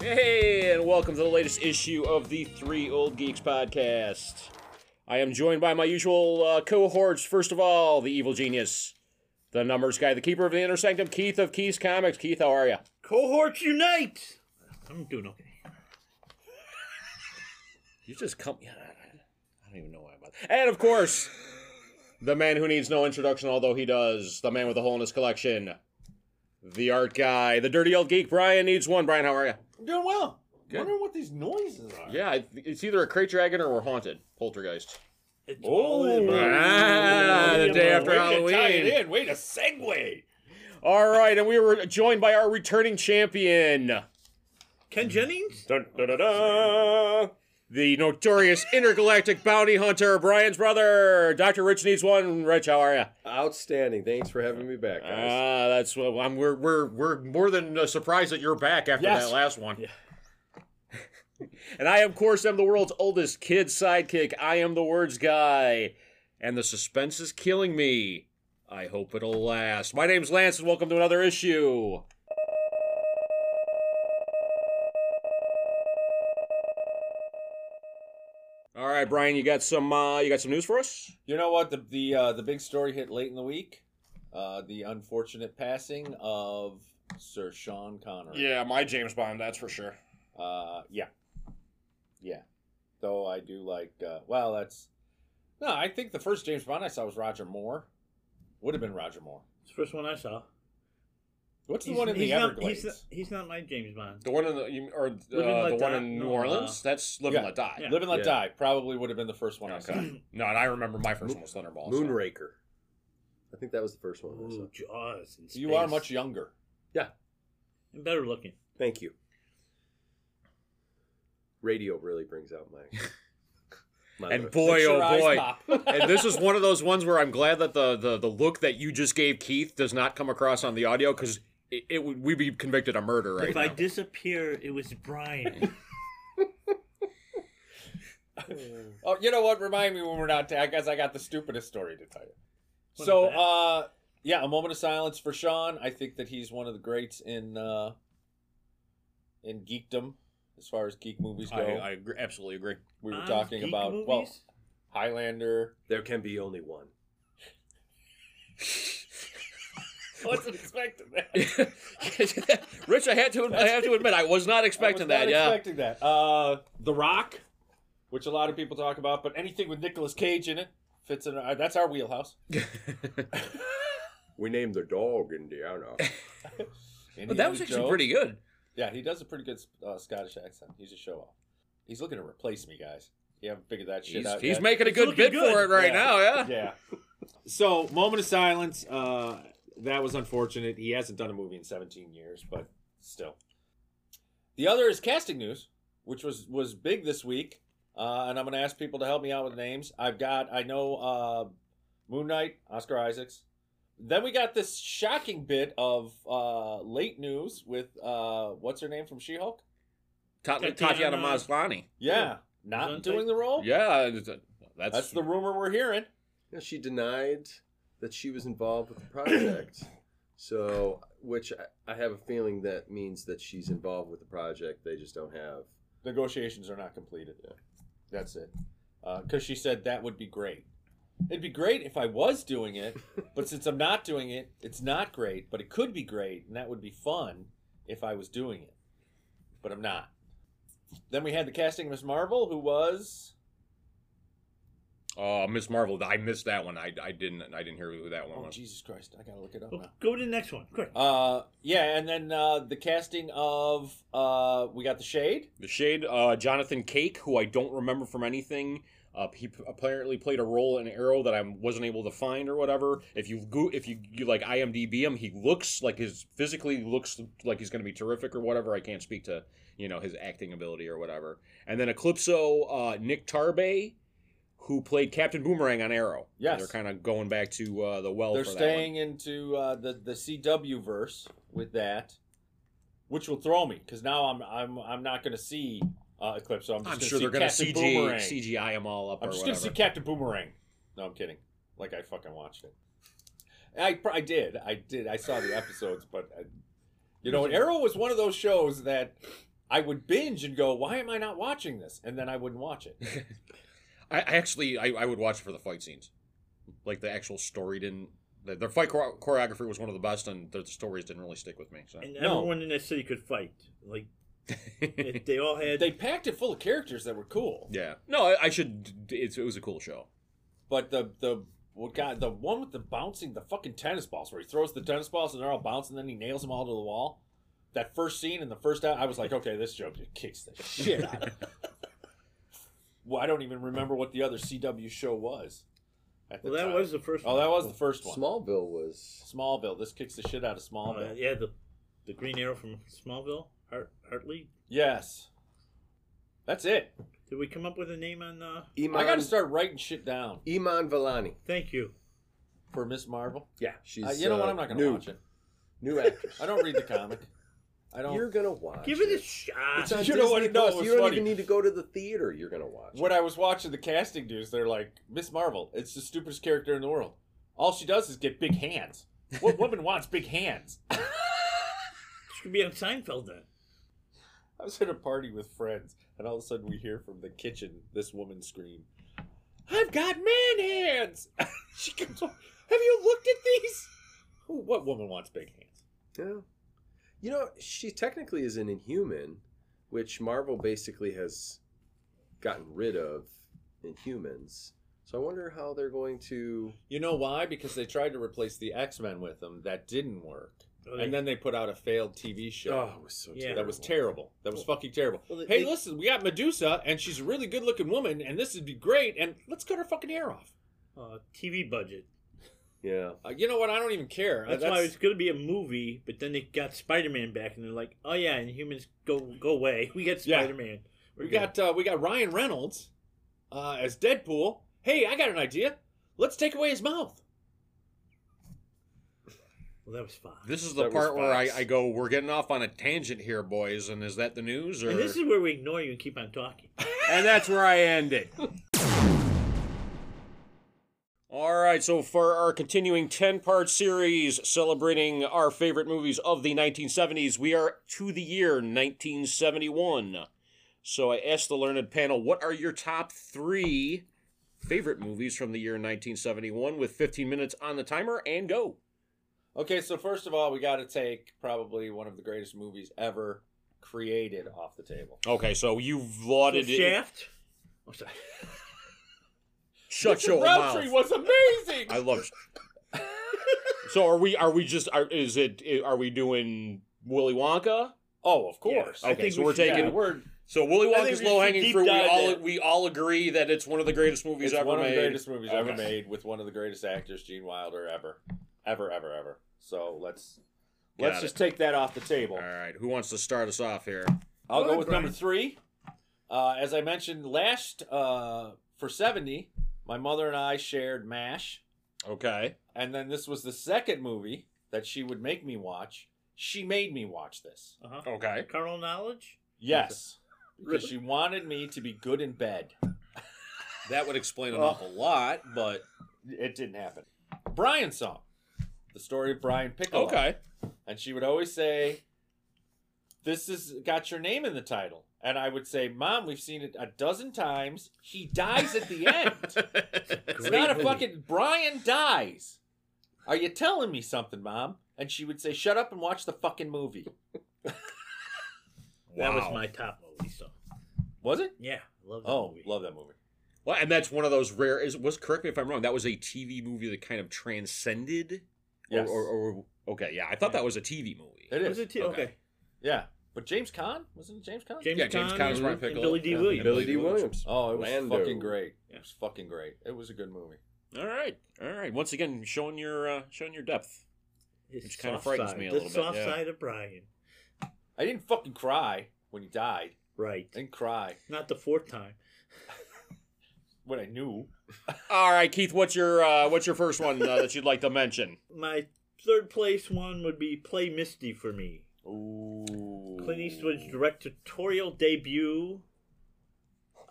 Hey, and welcome to the latest issue of the Three Old Geeks podcast. I am joined by my usual uh, cohorts. First of all, the evil genius, the numbers guy, the keeper of the inner sanctum, Keith of Keith's Comics. Keith, how are you? Cohorts unite! I'm doing okay. You just come. Yeah, I don't even know why. I'm about And of course, the man who needs no introduction, although he does, the man with a hole in his collection, the art guy, the dirty old geek. Brian needs one. Brian, how are you? I'm doing well. Wondering what these noises are. Yeah, it's either a crate dragon or we're haunted, poltergeist. It's Oh, all in my- ah, the All in day my- after way To tie Halloween. it in. Way to segue. All right, and we were joined by our returning champion, Ken Jennings? dun, dun, dun, dun, the notorious intergalactic bounty hunter, Brian's brother, Doctor Rich needs one. Rich, how are you? Outstanding. Thanks for having me back, guys. Ah, that's what I'm. We're we're we're more than uh, surprised that you're back after Yes. that last one. Yeah. and I, of course, am the world's oldest kid sidekick. I am the words guy, and the suspense is killing me. I hope it'll last. My name's Lance, and welcome to another issue. All right, Brian, you got some uh, you got some news for us? You know what? The the uh, the big story hit late in the week. Uh, the unfortunate passing of Sir Sean Connery. my James Bond, that's for sure. Uh, yeah. Yeah. Though I do like. Uh, well, that's. No, I think the first James Bond I saw was Roger Moore. Would have been Roger Moore. It's the first one I saw. What's the one in the not, Everglades? he's, not, he's not my James Bond. The one in the you, or uh, and Let the one Die? in New No, uh, Orleans? That's Live Yeah. and Let Die. Yeah. Live and Let Yeah. Die probably would have been the first one I saw. Okay. no, and I remember my first one Moon- was Thunderball. so- Moonraker. I think that was the first one. I saw. Ooh, Oh, Jaws. In You are space. much younger. And better looking. Thank you. Radio really brings out my. my And love. boy, Makes oh your eyes boy! pop. and this is one of those ones where I'm glad that the the, the look that you just gave Keith does not come across on the audio because it, it would we'd be convicted of murder right if now. I disappear, it was Brian. Oh, you know what? Remind me when we're not. I guess I got the stupidest story to tell you. What So, is that? uh, yeah, a moment of silence for Sean. I think that he's one of the greats in uh, in geekdom, as far as geek movies go. I, I agree, absolutely agree. we were Bond's talking geek about movies? well, Highlander. There can be only one. Wasn't expecting that. Rich, I had to I have to admit I was not expecting I was that. not yeah, expecting that. Uh, the Rock, which a lot of people talk about, but anything with Nicolas Cage in it fits in. Our, that's our wheelhouse. We named the dog Indiana. but that was Indiana actually Jones. pretty good. Yeah, he does a pretty good uh, Scottish accent. He's a show off. He's looking to replace me, guys. You haven't figured that shit He's, out he's yet. making a It's good looking bid for it good. right Yeah. now. Yeah. yeah. So, moment of silence. Uh, that was unfortunate. He hasn't done a movie in 17 years, but still. The other is casting news, which was was big this week. Uh, and I'm going to ask people to help me out with names. I've got, I know, uh, Moon Knight, Oscar Isaacs. Then we got this shocking bit of uh, late news with uh, what's her name from She Hulk? Tatiana, Tatiana Tatiana- Oh. Maslany. Yeah, Isn't not doing the role. Yeah, it's a- that's, that's the rumor we're hearing. Now, she denied that she was involved with the project. So, which I, I have a feeling that means that she's involved with the project. They just don't have. Negotiations are not completed. That's it. Because she said that would be great. It'd be great if I was doing it, but since I'm not doing it, it's not great. But it could be great, and that would be fun if I was doing it. But I'm not. Then we had the casting of Miss Marvel, who was Oh, Miss Marvel. I missed that one. I, I didn't I didn't hear who that one oh was. Jesus Christ, I gotta look it up now. Well, go to the next one. Quick. Uh, yeah, and then uh, the casting of uh, we got the Shade. The Shade, uh, Jonathan Cake, who I don't remember from anything. Uh, he p- apparently played a role in Arrow that I wasn't able to find or whatever. If you go, if you, you like IMDb him, he looks like his physically looks like he's going to be terrific or whatever. I can't speak to you know his acting ability or whatever. And then Eclipso, uh, Nick Tarbay, who played Captain Boomerang on Arrow. Yes. they're kind of going back to uh, the well. They're for that staying into uh, the the CW verse with that, which will throw me because now I'm I'm I'm not going to see uh, Eclipse. So I'm one. just I'm gonna sure see they're going to Captain CG Boomerang. CGI him all up I'm or just going to whatever. see Captain Boomerang. No, I'm kidding. Like I fucking watched it. I pr- I did uh, I did I saw the episodes, but I, you know Arrow was one of those shows that I would binge and go, why am I not watching this? And then I wouldn't watch it. I, I actually I, I would watch for the fight scenes, like the actual story didn't. The, their fight chor- choreography was one of the best, and the stories didn't really stick with me. So And No. everyone in that city could fight. Like if they all had. They packed it full of characters that were cool. yeah, no, I, I should. It's, it was a cool show. But the the what guy the one with the bouncing the fucking tennis balls where he throws the tennis balls and they're all bouncing, then he nails them all to the wall. That first scene in the first out, I was like, okay, this joke just kicks the shit out. of me. well, I don't even remember what the other CW show was. at the well, that time. was the first. oh, one. that was the first one. Smallville was. Smallville. This kicks the shit out of Smallville. Uh, yeah, the the Green Arrow from Smallville, Hart, Hartley. Yes, that's it. Did we come up with a name on? Uh, Iman, I got to start writing shit down Iman Vellani. thank you. for Miss Marvel. Yeah, she's. Uh, you know what? I'm not gonna new, watch it. New actress. I don't read the comic. I don't. You're gonna Ah, watch. Give it a It's shot. on You know Disney what? No, Plus. it was you don't Oh, funny. even need to go to the theater. You're gonna watch. it. When I was watching the casting news, they're like, Miss Marvel, it's the stupidest character in the world. All she does is get big hands. What woman wants big hands? She could be on Seinfeld then. I was at a party with friends, and all of a sudden we hear from the kitchen this woman scream, I've got man hands! she comes over, Have you looked at these? Who, what woman wants big hands? Yeah. You know, she technically is an Inhuman, which Marvel basically has gotten rid of Inhumans. So I wonder how they're going to. You know why? Because they tried to replace the X Men with them. That didn't work. Oh, And then they put out a failed TV show. Oh, it was so Yeah. That was terrible. That was fucking terrible. Well, hey, they- listen, we got Medusa, and she's a really good looking woman, and this would be great, and let's cut her fucking hair off. uh, TV budget. Yeah. Uh, you know what? I don't even care. Uh, That's, why it was going to be a movie, but then they got Spider Man back, and they're like, "Oh yeah, and humans go go away. We got Yeah. Spider Man. we got uh, we got Ryan Reynolds uh, as Deadpool. Hey, I got an idea. Let's take away his mouth. Well, that was fine. This is the That was part where I, Fox. I go, we're getting off on a tangent here, boys, and is that the news? Or... And this is where we ignore you and keep on talking. and that's where I end it. All right, so for our continuing 10 part series celebrating our favorite movies of the 1970s, we are to the year 1971. So I asked the learned panel, what are your top three favorite movies from the year 1971 with 15 minutes on the timer and go? Okay, so first of all, we got to take probably one of the greatest movies ever created off the table. Okay, so you've lauded So it. Shaft. Oh, sorry. Shut Mr. your Roundtree mouth. was amazing. I love. so are we? Are we just? Are, is it? Are we doing Willy Wonka? oh, of course. I Okay, think so we we're should- taking- Yeah, we're So Willy I think Wonka's we low should hanging deep fruit. We dive all it. we all agree that it's one of the greatest movies It's ever one made. of the greatest movies ever Okay. made with one of the greatest actors, Gene Wilder, ever, ever, ever, ever. So let's let's Got just take that off the table. All right, who wants to start us off here? I'll Go go ahead, with Brian. number three. Uh, as I mentioned last uh, for seventy, my mother and I shared Mash, Okay, and then this was the second movie that she would make me watch. She made me watch this. Uh-huh. okay. Carnal knowledge. Yes, because she wanted me to be good in bed. That would explain an Oh. awful lot, but It didn't happen. Brian song, the story of Brian Piccolo. okay. And she would always say, This has got your name in the title. And I would say, Mom, we've seen it a dozen times. He dies at the end. it's not a fucking Brian dies. Are you telling me something, Mom? And she would say, Shut up and watch the fucking movie. That was Wow. my top movie. So Was it? yeah, I love that Oh, movie. love that movie. Well, and that's one of those rare. Is was correct me if I'm wrong. That was a TV movie that kind of transcended. or- Yes. Or, or, okay, yeah, I thought that was a TV movie. It Was is. it t- okay. Okay. Yeah. But James Caan? Wasn't it James Caan? James, Yeah, James Caan Caan is and- Brian and Piccolo. Billy D. Yeah. Williams. Billy D. Williams. Oh, it was Lando. fucking great. Yeah. It was fucking great. It was a good movie. All right, all right. Once again, showing your uh, showing your depth. His Which kinda soft frightens side. me a the little bit, soft yeah. side of Brian. I didn't fucking cry when he died. Right. I didn't cry Not the fourth time. when I knew. All right, Keith, what's your uh, what's your first one uh, that you'd like to mention? My third place one would be Play Misty for me. Ooh. Clint Eastwood's directorial debut.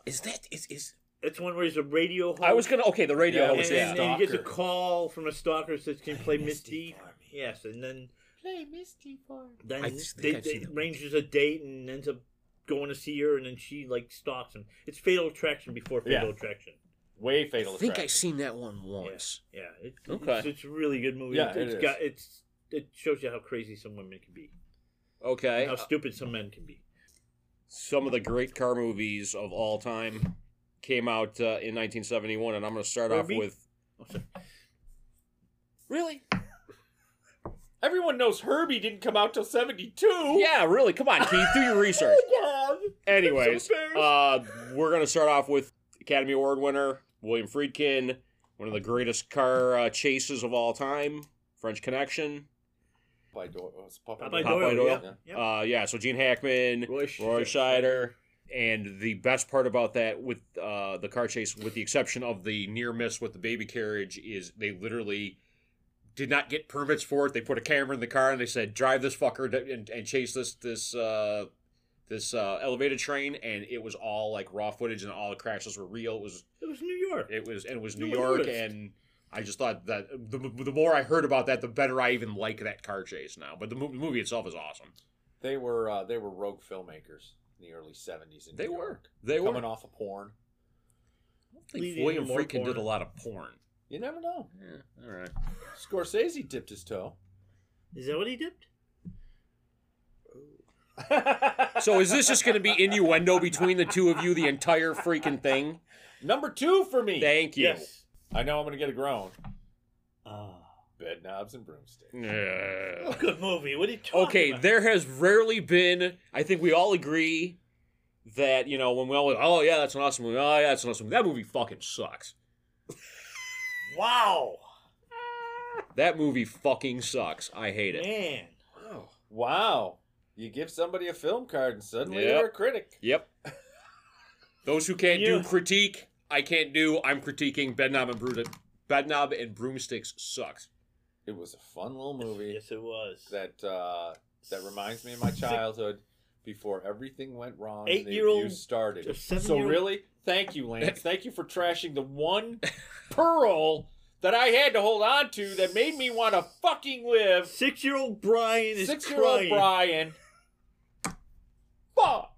Is that is is? It's one where he's a radio host. I was gonna okay the radio Yeah, and, host. yeah. yeah. and, and he gets a Stalker. call from a stalker says, "Can you play Misty Misty?" for me. Yes, and then Play Misty for me. then I just they, think I've they seen that arranges a date and ends up going to see her, and then she like stalks him. It's Fatal Attraction before Fatal Yeah. Attraction. Way I fatal. think Attraction. I've seen that one once. Yeah, it's Okay. it's, it's a really good movie. Yeah, it's, it it's is. got it's it shows you how crazy some women can be, Okay. and how stupid some men can be. some of the great car movies of all time came out uh, in 1971, and I'm going to start off Ruby? with. Oh, sorry. Really? Everyone knows Herbie didn't come out till '72. Yeah, really. Come on, Keith, do your research. God. Anyways, I'm so embarrassed. uh, we're going to start off with Academy Award winner William Friedkin, one of the greatest car uh, chases of all time, French Connection. Popeye Doyle. oh, it's Popeye Popeye Doyle. Doyle, Doyle, yeah. yeah. Uh, yeah, so Gene Hackman, Roy, Roy Scheider, and the best part about that, with uh, the car chase, with the exception of the near miss with the baby carriage, is they literally did not get permits for it. They put a camera in the car and they said, "Drive this fucker to- and, and chase this this uh, this uh, elevated train." And it was all like raw footage, and all the crashes were real. It was It was New York. it was and it was New No one York, noticed. and I just thought that the, the more I heard about that, the better I even like that car chase now. But the mo- movie itself is awesome. They were uh, they were rogue filmmakers in the early '70s. In They New were. York. They were coming off of porn. I think Leading William more Freakin did porn. a lot of porn. You never know. Yeah, all right. Scorsese dipped his toe. Is that what he dipped? So is this just going to be innuendo between the two of you the entire freaking thing? number two for me? Thank you. Yes. I know I'm gonna get a groan. Ah. Oh, Bed knobs and broomsticks. Yeah. good movie. What are you talking Okay, about? there has rarely been. I think we all agree that you know when we all went, oh yeah, that's an awesome movie. Oh yeah, that's an awesome movie. That movie fucking sucks. Wow. That movie fucking sucks. I hate it. Man. Wow. Wow. You give somebody a film card and suddenly Yep. you're a critic. Yep. Those who can't You- do critique, I can't do. I'm critiquing Bedknob and Broom. Bedknob and Broomsticks sucks. It was a fun little movie Yes, it was. that uh, that reminds me of my Six- childhood before everything went wrong. and the Eight-year-old- abuse started. Seven So year- really, thank you, Lance. Thank you for trashing the one pearl that I had to hold on to that made me want to fucking live. Six-year-old Brian is Six-year-old crying. Brian. Fuck.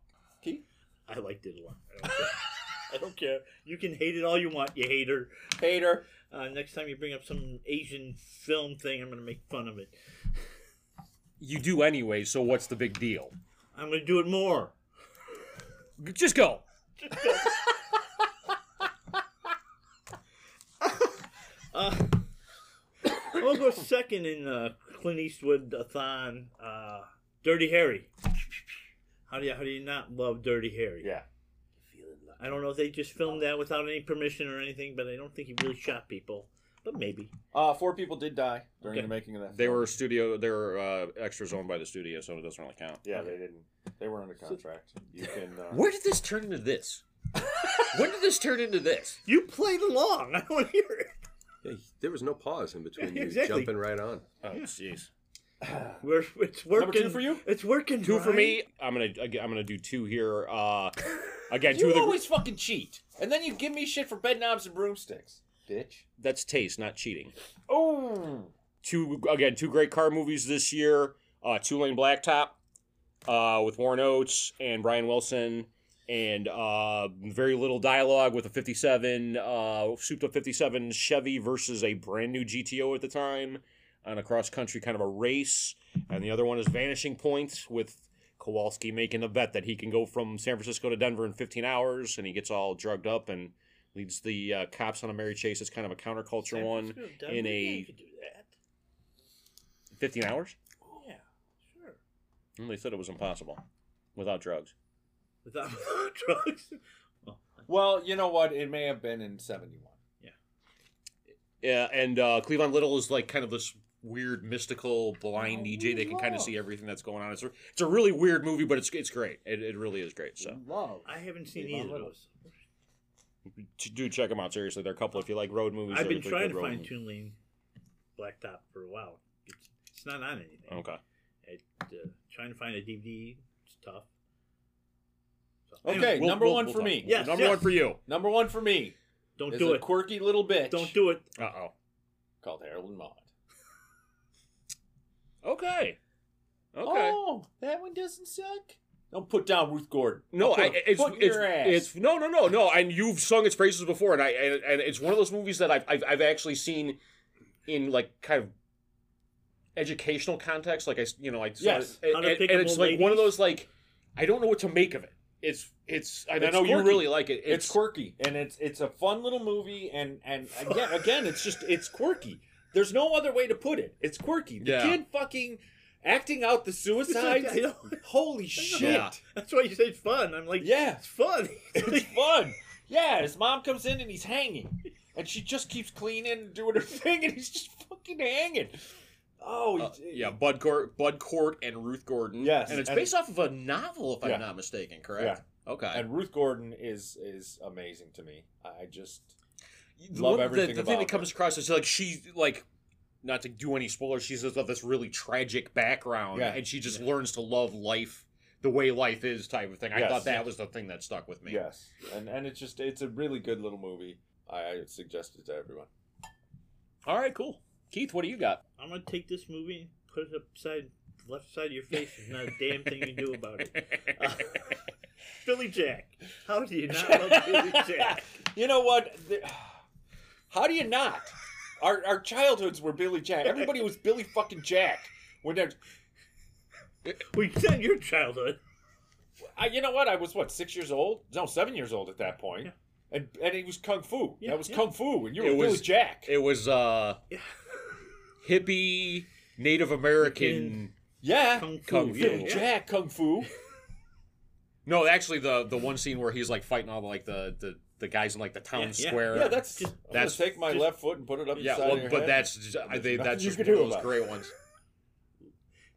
I liked it a lot. I don't, care. I don't care. You can hate it all you want, you hater. Hater. Uh, next time you bring up some Asian film thing, I'm gonna make fun of it. You do anyway, so what's the big deal? I'm gonna do it more. Just go. Uh, I'll go second in uh, Clint Eastwood Thon uh, Dirty Harry. How do you how do you not love Dirty Harry? Yeah. I don't know if they just filmed that without any permission or anything, but I don't think he really shot people. But maybe. Uh, four people did die during Okay. the making of that. They film. were studio. They were uh, extras owned by the studio, so it doesn't really count. Yeah, they didn't. They were under contract. You can. Uh, Where did this turn into this? when did this turn into this? You played along. I don't hear it. Yeah, he- there was no pause in between you Exactly. jumping right on. Oh, jeez. We're, it's working. Number two for you? It's working. Two for Brian. me. I'm gonna. I'm gonna do two here. Uh, again, two You of the. always fucking cheat, and then you give me shit for bed knobs and broomsticks, bitch. that's taste, not cheating. Oh, Two again. Two great car movies this year. Uh, Tulane Blacktop, uh, with Warren Oates and Brian Wilson, and uh, very little dialogue with a '57 uh, souped up '57 Chevy versus a brand new GTO at the time, on a cross country kind of a race. And the other one is Vanishing Point with Kowalski making the bet that he can go from San Francisco to Denver in 15 hours, and he gets all drugged up and leads the uh, cops on a merry chase. It's kind of a counterculture San one. Francisco, Denver, in yeah, a- you could do that. 15 hours? Yeah, sure. And they said it was impossible without drugs. Without drugs. well, you know what? It may have been in '71. Yeah, and uh, Cleavon Little is like kind of this weird, mystical, blind DJ that can kind of see everything that's going on. It's a, it's a really weird movie, but it's it's great. It, it really is great. So, Love. I haven't seen Leave on either of little. those. t- do check them out seriously. There are a couple if you like road movies. I've they're- been they're trying good to road find movies. Toonlane Blacktop for a while. It's, it's not on anything. Okay. It, uh, trying to find a DVD, it's tough. So, Okay, anyway, We'll- number we'll- one we'll for talk. me. Yes, number yes. one for you. Number one for me. don't is do a it. Quirky little bitch. Don't do it. Uh oh. Called Harold and Maude. Okay. Okay. Oh, that one doesn't suck. Don't put down Ruth Gordon. No, I'll put I, a it's foot in it's, your ass. it's no no no no, and you've sung its praises before, and I and, and it's one of those movies that I've, I've I've actually seen in like kind of educational context. Like I s- you know I saw Yes. it, How and, to and, Pick and Up it's Old like one of Ladies. those like I don't know what to make of it. It's it's and I It's know you quirky. really like it. it's, quirky and it's it's a fun little movie and and again again it's just it's quirky. There's no other way to put it. It's quirky. The Yeah. kid fucking acting out the suicides. I know. Holy shit! Yeah. That's why you said fun. I'm like, Yeah. it's fun. it's fun. Yeah, his mom comes in and he's hanging, and she just keeps cleaning and doing her thing, and he's just fucking hanging. Oh, Uh, he- yeah, Bud Court, Bud Court, and Ruth Gordon. Yes, and it's and- based off of a novel, if Yeah. I'm not mistaken. Correct. Okay. And Ruth Gordon is is amazing to me. I just the Love one- the- everything the, thing about that comes across is like she like not to do any spoilers she's just got this really tragic background Yeah. and she just learns to love life the way life is type of thing i Yes. thought that was the thing that stuck with me yes, and and it's just it's a really good little movie. I, I suggest it to everyone. all right cool keith what do you got I'm gonna take this movie, and put it upside left side of your face. There's not a damn thing you can do about it. Uh, Billy Jack. How do you not love Billy Jack? You know what? The- How do you not? Our our childhoods were Billy Jack. Everybody was Billy fucking Jack. When they're- We said your childhood. I, you know what? I was what six years old? No, seven years old at that point. Yeah. And and it was kung fu. Yeah, that was yeah. kung fu, and you were It Billy was- Jack. it was uh hippie native american yeah, Kung Kung Fu. Fu. Yeah, Billy yeah. Jack kung fu. no actually the the one scene where he's like fighting all like the the, the guys in like the town Yeah, yeah. square Yeah, that's. Just- I'm gonna Uh, that's- take my just- left foot and put it up. the yeah side of well, your but head. that's just, I, There's they, nothing that's you just can one of do those about it. great ones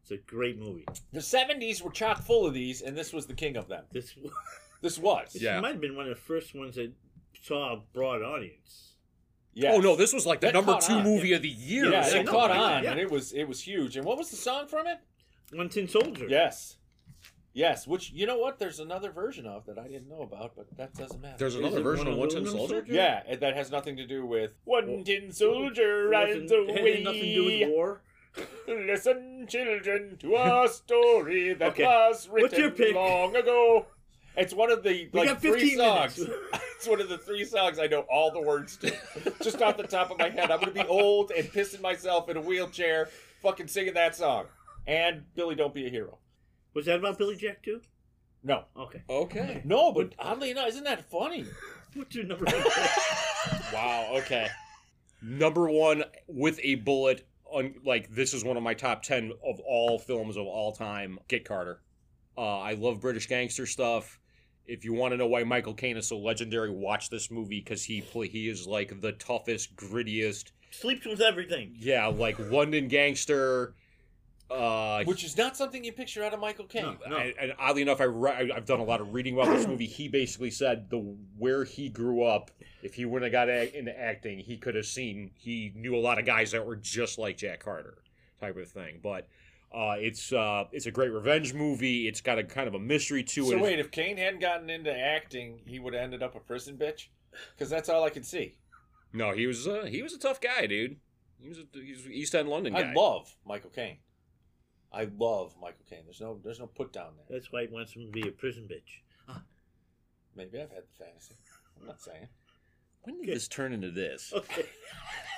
It's a great movie. the '70s were chock full of these, and this was the king of them. This This was. Yeah. It might have been one of the first ones that saw a broad audience. Yes. Oh no, this was like the That number caught two on. movie of the year. Yeah, or I it something. know. caught Yeah, on, yeah. and it was it was huge. And what was the song from it? One Tin Soldier. Yes. Yes, which you know what? There's another version of that I didn't know about, but that doesn't matter. There's Is another it version one of of One Tin aluminum Soldier. soldier? yeah, and that has nothing to do with one tin soldier It rides wasn't- it had nothing to do with away. war. Listen, children, to our story that Okay. was What's your written pick? long ago. It's one of the We like got three 15 songs. minutes. it's one of the three songs I know all the words to, just off the top of my head. I'm gonna be old and pissing myself in a wheelchair, fucking singing that song. And Billy, don't be a hero. Was that about Billy Jack too? No, Okay. Okay. no, but oddly enough, isn't that funny? What's your number? one? Wow. Okay. Number one with a bullet. On like this is one of my top ten of all films of all time. Get Carter. Uh, I love British gangster stuff. If you want to know why Michael Caine is so legendary, watch this movie because he play, he is like the toughest, grittiest. Sleeps with everything. Yeah, like London gangster. Uh, Which is not something you picture out of Michael Caine. No. I, and oddly enough, I re- I- I've done a lot of reading about this movie. He basically said the where he grew up, if he wouldn't have got act- into acting, he could have seen. He knew a lot of guys that were just like Jack Carter, type of thing. But uh, it's uh, it's a great revenge movie. It's got a kind of a mystery to So it. wait, if Kane hadn't gotten into acting, he would have ended up a prison bitch, because that's all I could see. No, he was uh, he was a tough guy, dude. He was a, he's East End London guy. I love Michael Caine. I love Michael Caine. There's no there's no put down there. That's why he wants him to be a prison bitch. Maybe I've had the fantasy. I'm not saying. when did this turn into this?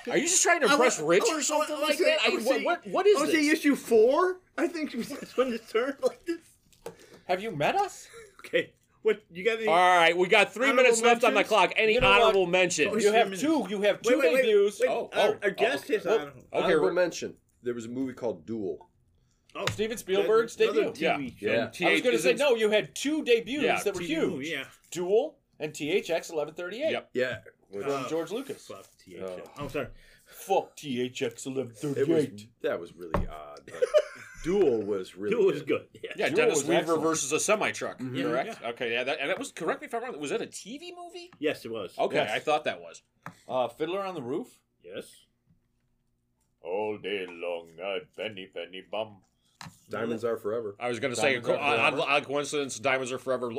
Okay. Are you just trying to I impress was- Rich I or was- something I was like saying- that? I I- was what, saying- what, what is Oh, is it this? issue four? I think that's when it's turned like this. Have you met us? Okay. What you got? Any, All right, we got three Honorable minutes left on the mentions? clock. Any You know what? honorable mentions? Oh, You have minutes. two. You have two wait, wait, debuts. wait. Oh, our, oh, our guest okay. is Well, on. Okay, Honorable we're- mention. There was a movie called Duel. Oh, Steven Spielberg's another debut. TV Yeah. show. Yeah. TH I was going to say isn't- no. You had two debuts Yeah, that were TV, huge. Yeah. Duel and THX 1138 Yep. Yeah. Which, from Oh. George Lucas. Fuck THX. Oh. I'm sorry. Fuck THX it was, 1138. that was really odd. but Duel was really Two was good. Yeah. Yeah, Duel Dennis was Weaver excellent. versus a semi truck. Mhm. Yeah, Correct. Okay. Mm-hmm. Yeah. That, and that was correct me if I'm wrong. Was that a TV movie? Yes, it was. Okay, Yes. I thought that was. Uh, Fiddler on the Roof. Yes. All day long, I penny penny bum. Diamonds Are Forever. I was going to say Diamonds Are co- on, Forever. on coincidence, Diamonds Are Forever.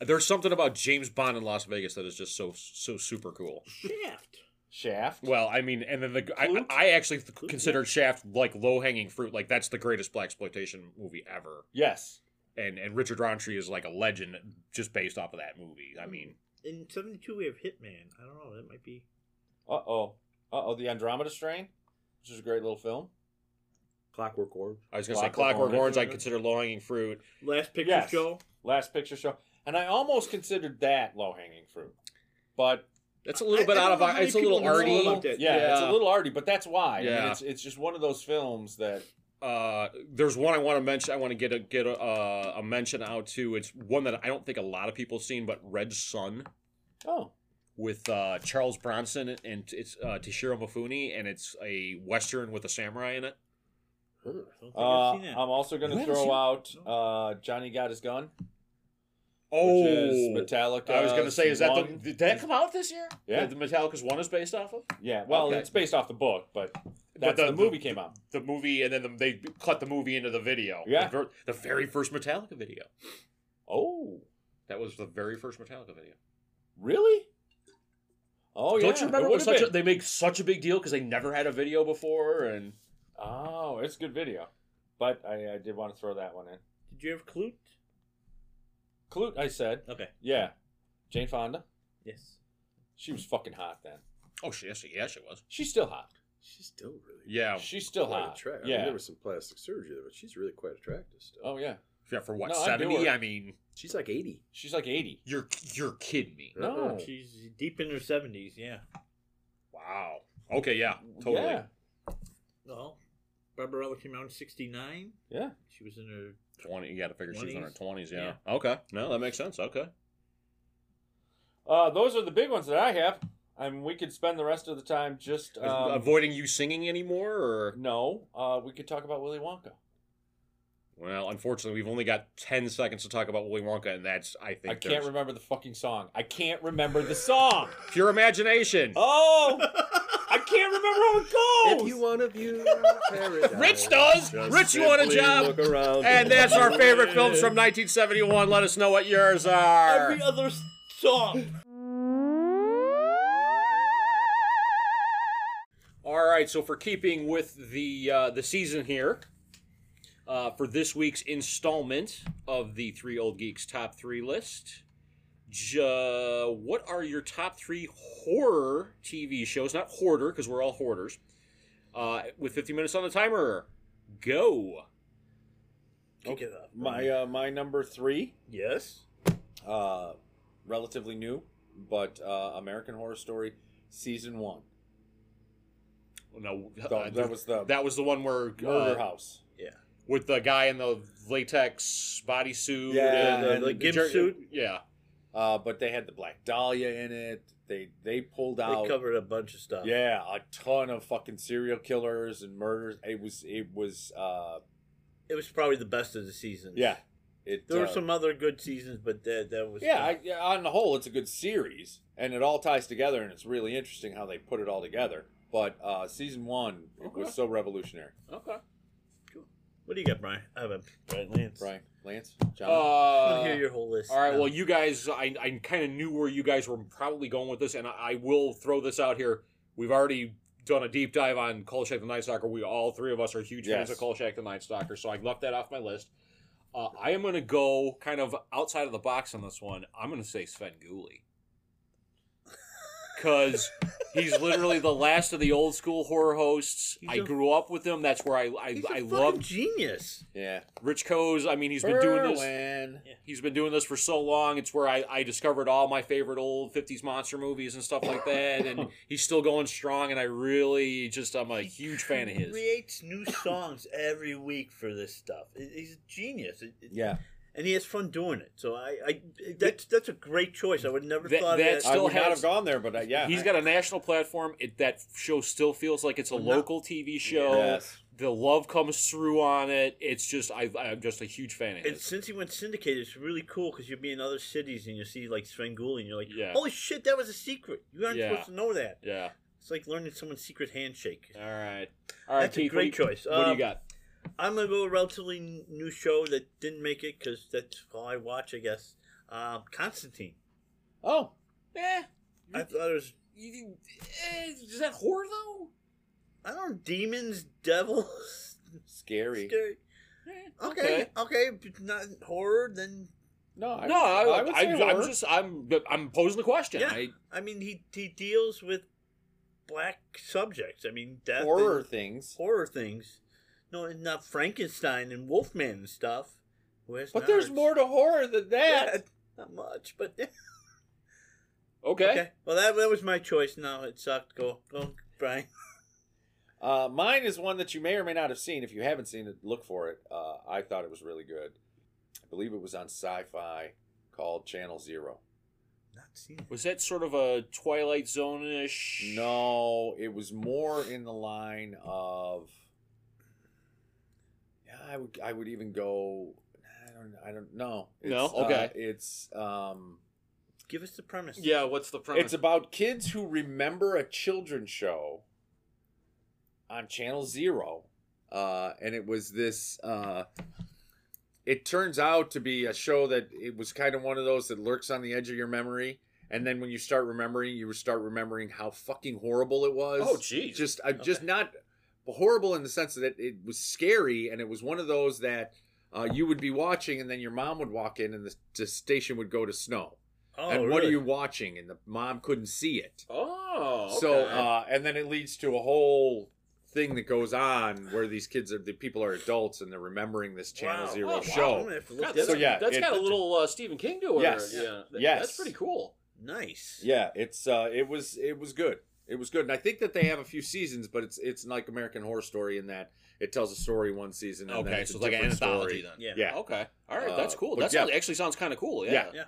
There's something about James Bond in Las Vegas that is just so so super cool. Shaft. Shaft. Well, I mean, and then the I, Clute? I actually th- considered Shaft like low hanging fruit. Like that's the greatest black exploitation movie ever. Yes. and and Richard Roundtree is like a legend just based off of that movie. I mean, In 72, we have Hitman. I don't know. That might be. Uh oh. Uh oh. The Andromeda Strain, which is a great little film. Clockwork Orb. I was gonna say Clockwork Clockwork Orange. Orange. I consider low hanging fruit. Last picture Yes. show. Last Picture Show, and I almost considered that low hanging fruit, but That's a I- little I bit don't out of. know how our- many It's a little people know arty. about that. yeah, it's Yeah. a little arty. But that's why. I mean, Yeah. it's it's just one of those films that Uh, there's one I want to mention. I want to get a get a, uh, a mention out to. It's one that I don't think a lot of people have seen, but Red Sun oh with uh, Charles Bronson and it's uh, Toshiro Mifune, and it's a western with a samurai in it. I don't think Uh, I've seen that. I'm also going You to haven't throw out it? uh, Johnny Got His Gun, which is Oh, Metallica. I was gonna say, is that the, one. did that come out this year? Yeah. That the Metallica's one is based off of Yeah, well, Okay. it's based off the book, but that's the- the, movie came out. the movie, and then the, they cut the movie into the video. Yeah. the, ver- the very first Metallica video. Oh, That was the very first Metallica video. really? Oh yeah. Don't you remember? it It was would've such a, been. they make such a big deal because they never had a video before, and Oh, it's a good video, but I, I did want to throw that one in. Did you have Clute? Clute, I said, Okay. yeah. Jane Fonda, Yes. she was fucking hot then. oh, she, yes, she, yeah, she was. She's still hot. She's still really Yeah, She's still quite hot. attractive. I mean, Yeah. there was some plastic surgery there, but she's really quite attractive still. Oh yeah. yeah. For what No, I do seventy? her. I mean, She's like 80. She's like 80. you're you're kidding me. Uh-uh. No. She's deep in her 70s, yeah. Wow. Okay. Yeah. Totally. Yeah. Well, Barbarella came out in 69. Yeah. She was in her. Twenty. You got to figure she was in her 20s. twenties. Yeah. Okay. No, that makes sense. Okay. Uh, those are the big ones that I have. I mean, we could spend the rest of the time just um, Avoiding you singing anymore, or no. Uh, we could talk about Willy Wonka. well, unfortunately, we've only got ten seconds to talk about Willy Wonka, and that's I think I can't there's- remember the fucking song. I can't remember the song. pure imagination. Oh, I can't remember how it If goes. you want to view paradise, Oh. Rich does. just Rich, you want a simply job? Look around And that's our favorite films from 1971. Let us know what yours are. Every other s- song. All right, so for keeping with the uh, the season here, uh, for this week's installment of the Three Old Geeks Top Three list, ju- what are your top three horror TV shows? Not hoarder, because we're all hoarders. Uh, with 50 minutes on the timer, go. Kick it up. my uh, my number three, Yes. uh, relatively new, but uh, American Horror Story season one. No, The- uh, that was the that was the one where uh, Murder House. with the guy in the latex bodysuit. Yeah, and and the gimp jer- suit. Yeah, Uh, but they had the Black Dahlia in it. They they pulled They out. covered a bunch of uh, stuff. Yeah, a ton of fucking serial killers and murders. It was it was uh It was probably the best of the season. yeah. It There were uh, some other good seasons, but that that was yeah, I, yeah, on the whole it's a good series and it all ties together and it's really interesting how they put it all together. But uh season 1 Okay. was so revolutionary. okay. What do you got, Brian? I have a Brian Lance. Brian, Lance, John. I want Uh, to hear your whole list. All right. now. Well, you guys, I, I kind of knew where you guys were probably going with this, and I, I will throw this out here. We've already done a deep dive on Kolchak the Night Stalker. We all three of us are huge fans Yes. of Kolchak the Night Stalker, so I left that off my list. Uh, I am going to go kind of outside of the box on this one. I'm going to say Sven Gulli. Because he's literally the last of the old school horror hosts. He's I a- grew up with him. That's where I I, he's a I fucking love genius. yeah. Rich Coes. I mean, he's been doing this Berlin. he's been doing this for so long. It's where I, I discovered all my favorite old 50s monster movies and stuff like that. And he's still going strong. And I really just, I'm a huge fan of He his. creates new songs every week for this stuff. It- He's a genius, It- it- Yeah. and he has fun doing it. So I, I that's that's a great choice. I would never That- thought that's- of I Still would not has- Uh, have gone there, but uh, yeah. He's I- got a national platform. It, that show still feels like it's a Well, no. local TV show. Yes. The love comes through on it. It's just, I, I'm just a huge fan of that. And his. since he went syndicated, it's really cool because you'll be in other cities and you see like Svengoolie, and you're like, Yeah. "Holy shit, that was a secret! You aren't Yeah. supposed to know that." Yeah. It's like learning someone's secret handshake. All right. All right, That's a Keith, great what, do you- choice. What do Um, you got? I'm gonna go with a relatively n- new show that didn't make it because that's all I watch, I guess. Uh, Constantine. Oh. Eh, I thought it was you, eh, is that horror, though? I don't know, demons, devils, Scary. scary. Okay, okay, if not horror, then No, I, No, I, I would I, say I, am horror. just I'm I'm posing the question. Yeah. I, I mean he he deals with black subjects. I mean death, and horror things. horror things. No, and not Frankenstein and Wolfman and stuff. Who has But there's nards? more to horror than that. Yeah, not much, but okay. okay. Well, that that was my choice. Now it sucked. Go go, Brian. Uh, mine is one that you may or may not have seen. If you haven't seen it, look for it. Uh, I thought it was really good. I believe it was on Sci-Fi called Channel Zero. Not seen it. Was that sort of a Twilight Zone ish? No, it was more in the line of. Yeah, I would. I would even go. I don't. I don't know. No? Okay. it's um. Give us the premise. Yeah. What's the premise? It's about kids who remember a children's show on Channel Zero, uh, and it was this. Uh, it turns out to be a show that it was kind of one of those that lurks on the edge of your memory, and then when you start remembering, you start remembering how fucking horrible it was. oh, jeez. just I'm just not horrible in the sense that it was scary, and it was one of those that. Uh, you would be watching, and then your mom would walk in, and the, the station would go to snow Oh, and what are really? you watching? And the mom couldn't see it. oh. Okay. So, uh, and then it leads to a whole thing that goes on where these kids are, the people are adults and they're remembering this Channel Wow. Zero Oh, wow. I'm show. gonna have to look God, that's, this so up. yeah, that's it- got a little uh, Stephen King to it. Yes. Yeah. Th- Yes. That's pretty cool. Nice. Yeah, it's uh, it was it was good. It was good, and I think that they have a few seasons, but it's it's like American Horror Story in that it tells a story one season. And then Okay. it's So a it's like an different anthology story. then. Yeah. Yeah, Okay. All right. Uh, that's cool. but That yeah. sounds, actually sounds kind of cool. Yeah. Yeah.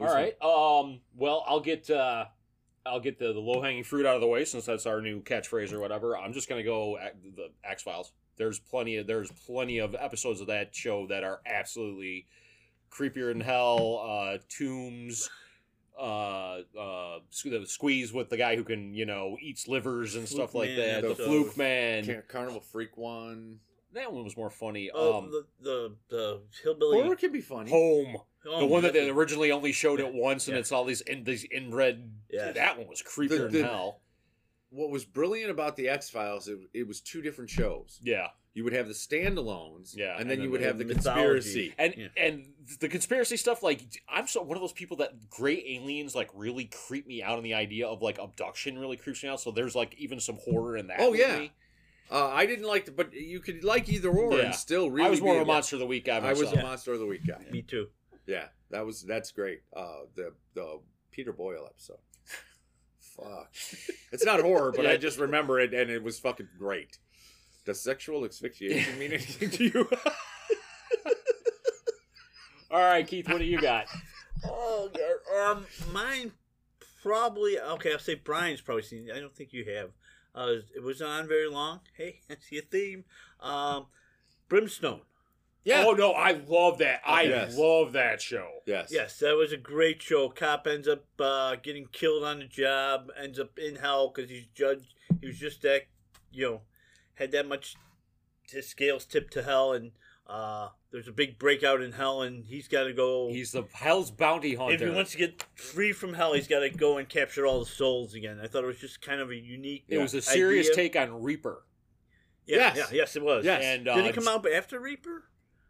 All right. Um. Well, I'll get uh, I'll get the, the low hanging fruit out of the way since that's our new catchphrase or whatever. I'm just gonna go at the X Files. There's plenty of there's plenty of episodes of that show that are absolutely creepier than hell. Uh, tombs. Uh, uh, sque- the squeeze with the guy who can you know eats livers and stuff Fluke like Man that. The episode. fluke man. Car- Carnival Freak one. That one was more funny. Oh, um, the, the the hillbilly. Horror can be funny. home. Oh, the one that they yeah. originally only showed it once, and Yeah. it's all these in, these inbred. Yes. That one was creepier The- than the- hell. What was brilliant about the X Files? It, it was two different shows. Yeah, You would have the standalones, Yeah, and, and then then you would the have the mythology. conspiracy. and Yeah. and the conspiracy stuff. Like I'm so one of those people that gray aliens like really creep me out, and the idea of like abduction really creeps me out. So there's like even some horror in that. Oh, with yeah. me. Uh, I didn't like, the, but you could like either or Yeah. and still really. I was more be of a monster of the week guy. I was Myself. a monster of the week guy. Me too. Yeah, that was that's great. Uh, the the Peter Boyle episode. Fuck, it's not horror, but I Yeah. just remember it, and it was fucking great. Does sexual asphyxiation mean anything to you? All right, Keith, what do you got? Oh, God. um, mine probably. Okay, I'll say Brian's probably seen. it. I don't think you have. Uh, it was on very long. Hey, I see a theme. Um, Brimstone. yeah. Oh no, I love that. I Yes. love that show. yes. Yes, that was a great show. Cop ends up uh, getting killed on the job, ends up in hell because he's judged. He was just that, you know, had that much. His scales tipped to hell, and uh, there's a big breakout in hell, and he's got to go. He's the Hell's Bounty Hunter. if he wants to get free from hell, he's got to go and capture all the souls again. I thought it was just kind of a unique. it was a serious idea. take on Reaper. Yeah, Yes. yeah, yes, it was. Yes. And, Did uh, it come out after Reaper?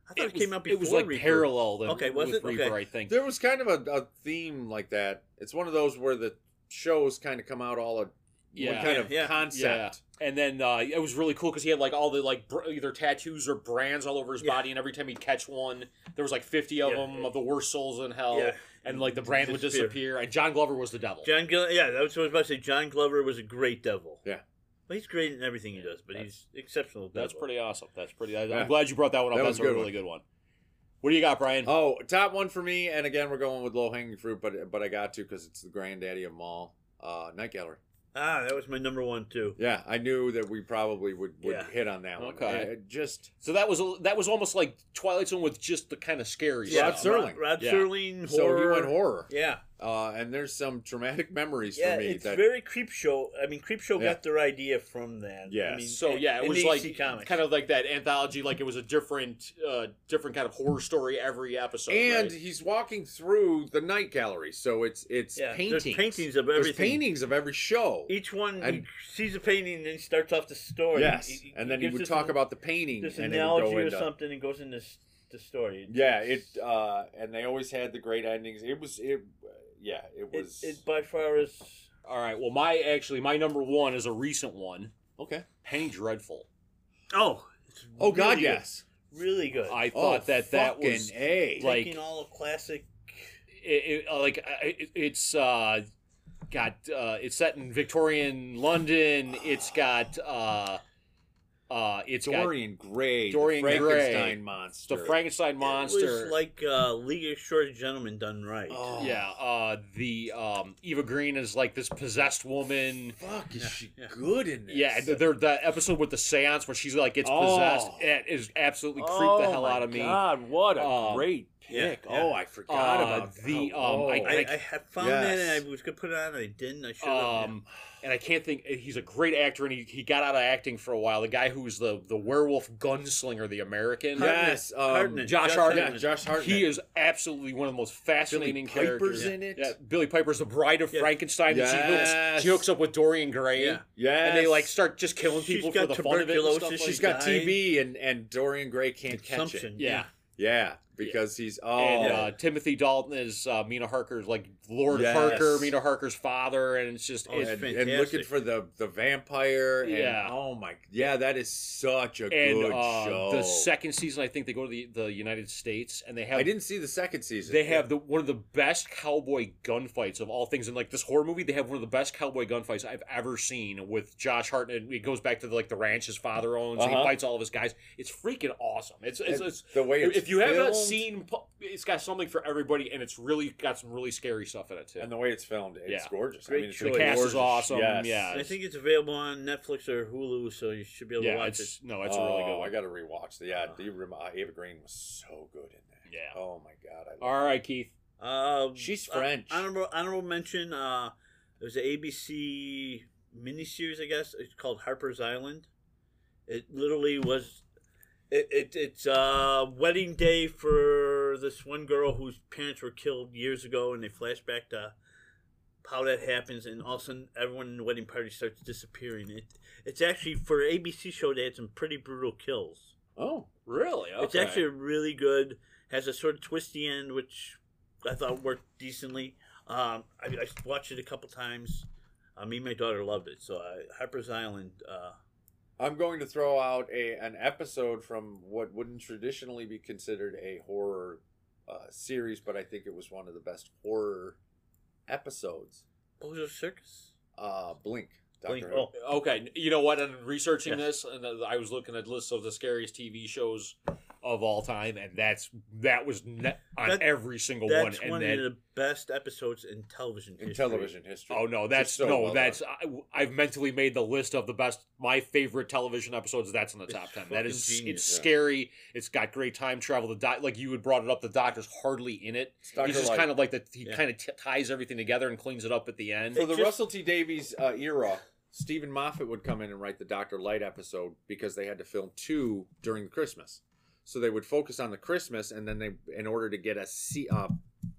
I thought it, was- came out before It was like Reaper. parallel. Than, Okay, was with it? Okay. Reaper, I think. There was kind of a, a theme like that. It's one of those where the shows kind of come out all a one Yeah. kind of Yeah, yeah. concept. And then uh, it was really cool because he had like all the like br- either tattoos or brands all over his Yeah. body, and every time he'd catch one, there was like fifty of Yeah. them of the worst souls in hell, Yeah. and like the brand would disappear. And John Glover was the devil. John Gil- yeah, that's what I was about to say. John Glover was a great devil. Yeah. Well, he's great in everything he does, but he's exceptional. That's devil. pretty awesome. That's pretty. I, Yeah. I'm glad you brought that one up. That was That's a a good really good one. What do you got, Uh, Brian? Oh, top one for me, and again we're going with low hanging fruit, but but I got to because it's the granddaddy of them all. Uh, Night Gallery. Ah, that was my number one too. Yeah, I knew that we probably would, would Yeah. hit on that one. Okay. Uh, just so that was a- that was almost like Twilight Zone with just the kind of scary Yeah. Rod stuff. Serling. Rod Yeah. Serling. so Horror. you went horror. Yeah. Uh, and there's some traumatic memories Yeah, for me. it's that, very creep show. I mean, creep show Yeah. got their idea from that. Yeah, I mean, so yeah, it in was the like EC comics. kind of like that anthology. Like it was a different, uh, different kind of horror story every episode. and right? he's walking through the night gallery, so it's it's yeah, paintings. There's paintings of everything. There's paintings of every show. Each one he And- sees a painting and then starts off the story. yes, He- he- and then he he gives would this talk an- about the painting this and it would go analogy or into- something and goes into s- the story. Yeah, it uh, and they always had the great endings. It was it, yeah, it It, was it by far is all right. Well, my actually my number one is a recent one, okay. Penny Dreadful. oh, it's Oh God, really yes. good. really good. I Oh, thought that that fucking was a. like- Taking all of classic. it, it, uh, like uh, it, it's uh, got uh, it's set in Victorian London. It's got uh, uh, it's got Dorian Gray, Dorian the Gray, Frankenstein monster, the Frankenstein It monster. was like uh, League of Short Gentlemen done right. Oh, yeah, uh, the um, Eva Green is like this possessed woman. Fuck, is Yeah, she yeah. good in this? Yeah, there the episode with the seance where she's like gets Oh. possessed. It is absolutely creeped the hell out of me. God, what a Um, great pick. yeah. Oh, I forgot Uh, about that. the, um, Oh. I- I, I had found that Yes. and I was gonna put it on and I didn't. I should have. Um, and I can't think. eh, He's a great actor, and he, he got out of acting for a while. The guy who's the the werewolf gunslinger, the American. Yeah. yes, um, Hartnett. Josh Josh Hartnett. Hartnett. Yeah, Josh Hartnett. He is absolutely one of the most Billy fascinating Piper's characters. in it. Yeah, Billy Piper's the Bride of Yeah. Frankenstein. and She, hooks, Yes. she hooks up with Dorian Gray, Yeah. Yes. and they like start just killing She's people for got the fun of it. And stuff tuberculosis. like She's She's that. got TB, and and Dorian Gray can't catch it. Consumption. yeah. Yeah, because he's oh and uh, Timothy Dalton is uh, Mina Harker's like Lord Yes. Harker, Mina Harker's father, and it's just Oh, it's, and, it's and looking fantastic. for the the vampire. And, Yeah. Oh my. Yeah, that is such a and good uh, show. the second season I think they go to the, the United States and they have I didn't see the second season. they have the one of the best cowboy gunfights of all things in like this horror movie. They have one of the best cowboy gunfights I've ever seen with Josh Hartnett. It goes back to the, like the ranch his father owns. and Uh-huh. he fights all of his guys. It's freaking awesome. It's it's, And it's the way it's if you have not filmed- seen, pu- it's got something for everybody, and it's really got some really scary stuff in it too. and the way it's filmed, it's Yeah. gorgeous. Great I mean, it's choice. the a cast gorgeous, is awesome. yes. Yeah, I think it's available on Netflix or Hulu, so you should be able to yeah, watch it's it. no, it's a really good one. Oh, Uh-huh. I got to rewatch. The, yeah, the rem- uh, Ava Green was so good in that. yeah. Oh my god, I love. All right, Keith. Uh, She's uh, French. honorable honorable mention. Uh, it was an ABC miniseries, I guess. It's called Harper's Island. It literally was. It, it it's uh wedding day for this one girl whose parents were killed years ago, and they flash back to how that happens, and all of a sudden everyone in the wedding party starts disappearing. It it's actually for an ABC show. They had some pretty brutal kills. oh, Really? It's actually really good. Has a sort of twisty end, which I thought worked decently. Um, I, I watched it a couple times. Uh, me and my daughter loved it. So uh, Harper's Island. Uh, I'm going to throw out a an episode from what wouldn't traditionally be considered a horror uh, series, but I think it was one of the best horror episodes. Bozo Circus. Uh, Blink. Blink. Doctor Oh, Okay, you know what? I'm researching Yes. this, and uh, I was looking at lists of the scariest TV shows of all time, and that's that was ne- on That- every single one. that's And one then, of the best episodes in television. in history. television history. oh no, that's so no, well that's I, have mentally made the list of the best my favorite television episodes. That's in the It's top ten. That is fucking genius, it's yeah. scary. It's got great time travel. The doc, like you had brought it up, the doctor's hardly in it. It's Dr. He's just Light. kind of like the he Yeah. kind of t- ties everything together and cleans it up at the end. for the just- Russell T Davies uh, era. Stephen Moffat would come in and write the Doctor Light episode because they had to film two during the Christmas, so they would focus on the Christmas, and then they, in order to get a se- uh,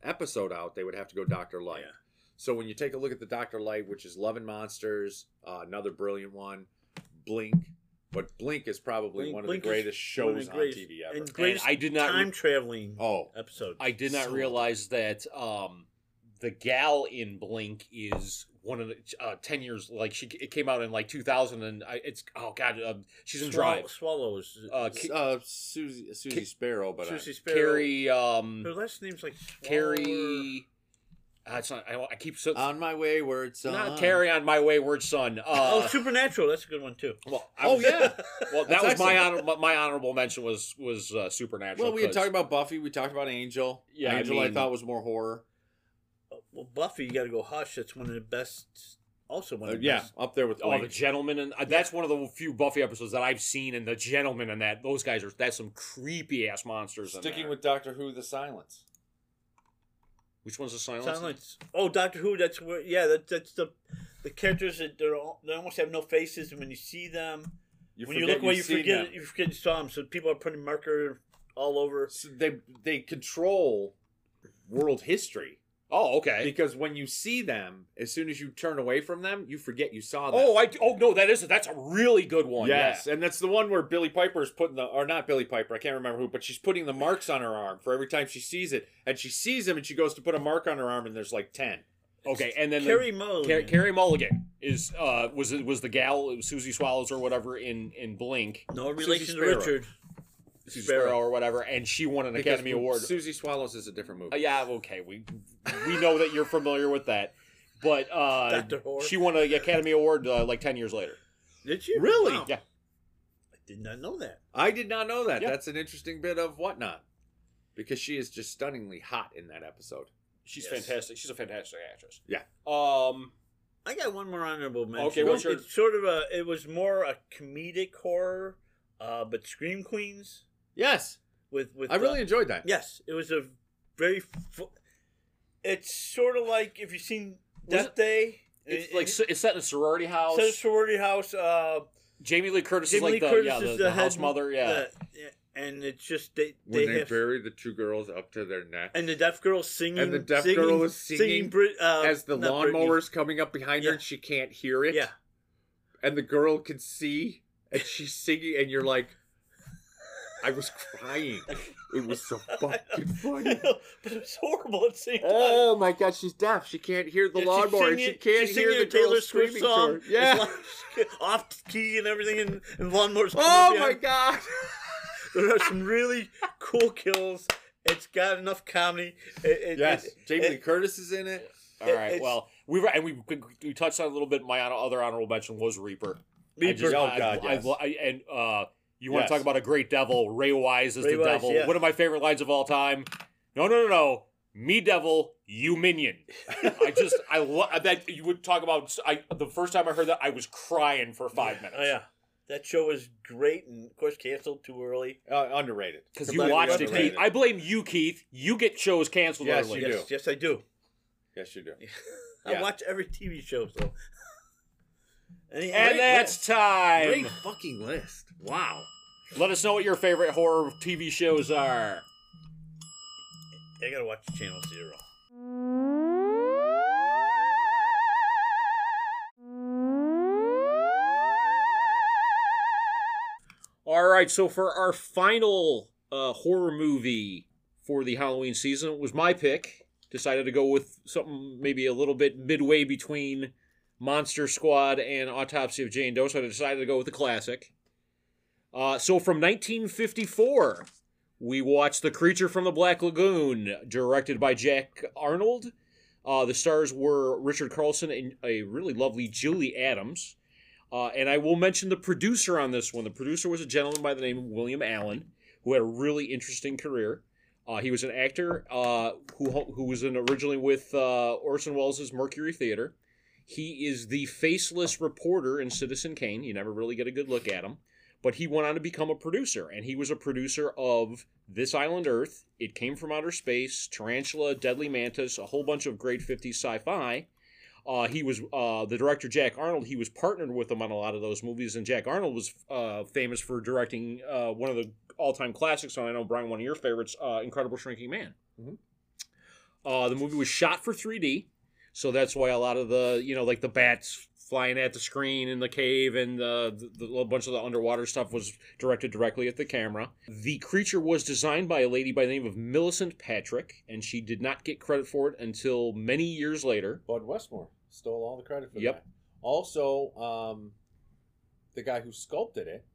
episode out, they would have to go Doctor Light. Yeah. So when you take a look at the Doctor Light, which is Love and Monsters, uh, another brilliant one, Blink, but Blink is probably Blink- one of Blink the is greatest one of the shows greatest- on TV ever. And greatest I did not re- time traveling oh, episode. I did not So- realize that um, the gal in Blink is one of the uh, ten years. Like she, it came out in like two thousand, and I, it's oh god, um, she's in Swall- Drive. Swallows. Uh, S- uh, Susie, Susie Ki- Sparrow, but uh, I, Susie Sparrow. uh, Carrie, Her um, last name's like Swaller- Carrie. Uh, it's not. I, I keep so on my wayward Ah, son. not Carrie on my wayward son. Uh, oh, Supernatural. That's a good one too. well, I Oh was- yeah. Well, that That's was my honor, my- my honorable mention was was uh, Supernatural. Well, we had 'cause- talked about Buffy. We talked about Angel. Yeah, I Angel I, mean- thought was more horror. Well, Buffy, you got to go Hush. That's one of the best. Also one Uh, of the yeah, best. up there with Oh, the Blink. gentleman, and uh, that's one of the few Buffy episodes that I've seen. And the gentleman and that those guys are that's some creepy ass monsters. in Sticking there. with Doctor Who, The Silence. Which one's the silence? Silence. Oh, Doctor Who. That's where. Yeah, that, that's the the characters that they're all, they almost have no faces, and when you see them, You when you look away, you see forget them. you forget you saw them. So people are putting marker all over. So they they control world history Oh, okay. because when you see them, as soon as you turn away from them, you forget you saw them. Oh, I oh no, that is that's a really good one. yes, yeah. and that's the one where Billy Piper's putting the or not Billy Piper, I can't remember who, but she's putting the marks on her arm for every time she sees it, and she sees him and she goes to put a mark on her arm, and there's like ten. Okay, and then Carrie Mulligan. Car- Carrie Mulligan is uh was was the gal it was Susie Swallows or whatever in in Blink no relation to Sparrow. Richard. Susie Sparrow. Sparrow or whatever, and she won an Because Academy Award. Susie Swallows is a different movie. Uh, yeah, okay, we we know that you're familiar with that, but uh Doctor Who. she won an Academy Award uh, like ten years later. Did you Really? Wow. Yeah. I did not know that. I did not know that. Yeah. That's an interesting bit of whatnot, because she is just stunningly hot in that episode. She's Yes. fantastic. She's a fantastic actress. Yeah. Um. I got one more honorable mention. Okay, what's your- It's sort of a. It was more a comedic horror, uh, but Scream Queens Yes, with with. I really uh, enjoyed that. yes, it was a very. Fu- it's sort of like if you've seen Death it- Day. It's it- like it- s- it's set in a sorority house. Set a sorority house. Uh, Jamie Lee Curtis Jamie is like Lee the Curtis yeah the, is the house head- mother yeah. the- yeah, and it's just they when they, have bury the two girls up to their neck and the deaf girl singing And the deaf singing, girl is singing Brit- uh, as the not Britney. lawnmower's coming up behind her Yeah. and she can't hear it. Yeah, And the girl can see and she's singing and you're like I was crying. It was so fucking funny. but it was horrible at the same time. Oh my god, she's deaf. She can't hear Yeah, the she's lawnmower and she singing- can't she's hear singing the a Taylor girl Swift screaming to song. her. Yeah. It's like off key and everything, and, and lawnmowers. coming Oh my behind. god. There are some really cool kills. It's got enough comedy. It, it, Yes, it- Jamie it- Lee Curtis is in it. All right. it's- Well, we were, and we we touched on it a little bit. My honor- other honorable mention was Reaper. I Reaper. just- Oh, I- God, I- yes. I- and uh, you want Yes. to talk about a great devil? Ray Wise is Ray the Wise, devil. yeah. One of my favorite lines of all time. No, no, no, no. Me devil, you minion. I just I love that you would talk about. I the first time I heard that I was crying for five minutes. Oh yeah, that show was great, and of course canceled too early. Uh, underrated. Because you Completely watched it, underrated. Keith. I blame you, Keith. You get shows canceled Yes, early. You yes, do. yes, I do. Yes, you do. I Yeah. watch every TV show, so. Any- And great that's time. Great fucking list. Wow. Let us know what your favorite horror TV shows are. list. I gotta watch Channel Zero. All right, so for our final uh, horror movie for the Halloween season it was my pick. Decided to go with something maybe a little bit midway between Monster Squad and Autopsy of Jane Doe, so I decided to go with the classic. Uh, so from 1954, we watched The Creature from the Black Lagoon, directed by Jack Arnold. Uh, the stars were Richard Carlson and a really lovely Julie Adams. Uh, and I will mention the producer on this one. The producer was a gentleman by the name of William Allen, who had a really interesting career. Uh, he was an actor uh, who who was in originally with uh, Orson Welles' Mercury Theater. He is the faceless reporter in Citizen Kane. You never really get a good look at him, but he went on to become a producer, and he was a producer of This Island Earth, It Came from Outer Space, Tarantula, Deadly Mantis, a whole bunch of great '50s sci-fi. Uh, he was uh, the director Jack Arnold. He was partnered with him on a lot of those movies, and Jack Arnold was uh, famous for directing uh, one of the all-time classics. And I know Brian, one of your favorites, uh, Incredible Shrinking Man. Mhm. Uh, the movie was shot for 3D, so that's why a lot of the you know like the bats flying at the screen in the cave and the, the, the little bunch of the underwater stuff was directed directly at the camera. The creature was designed by a lady by the name of Millicent Patrick, and she did not get credit for it until many years later. Bud Westmore stole all the credit for Yep. that. Also, um, the guy who sculpted it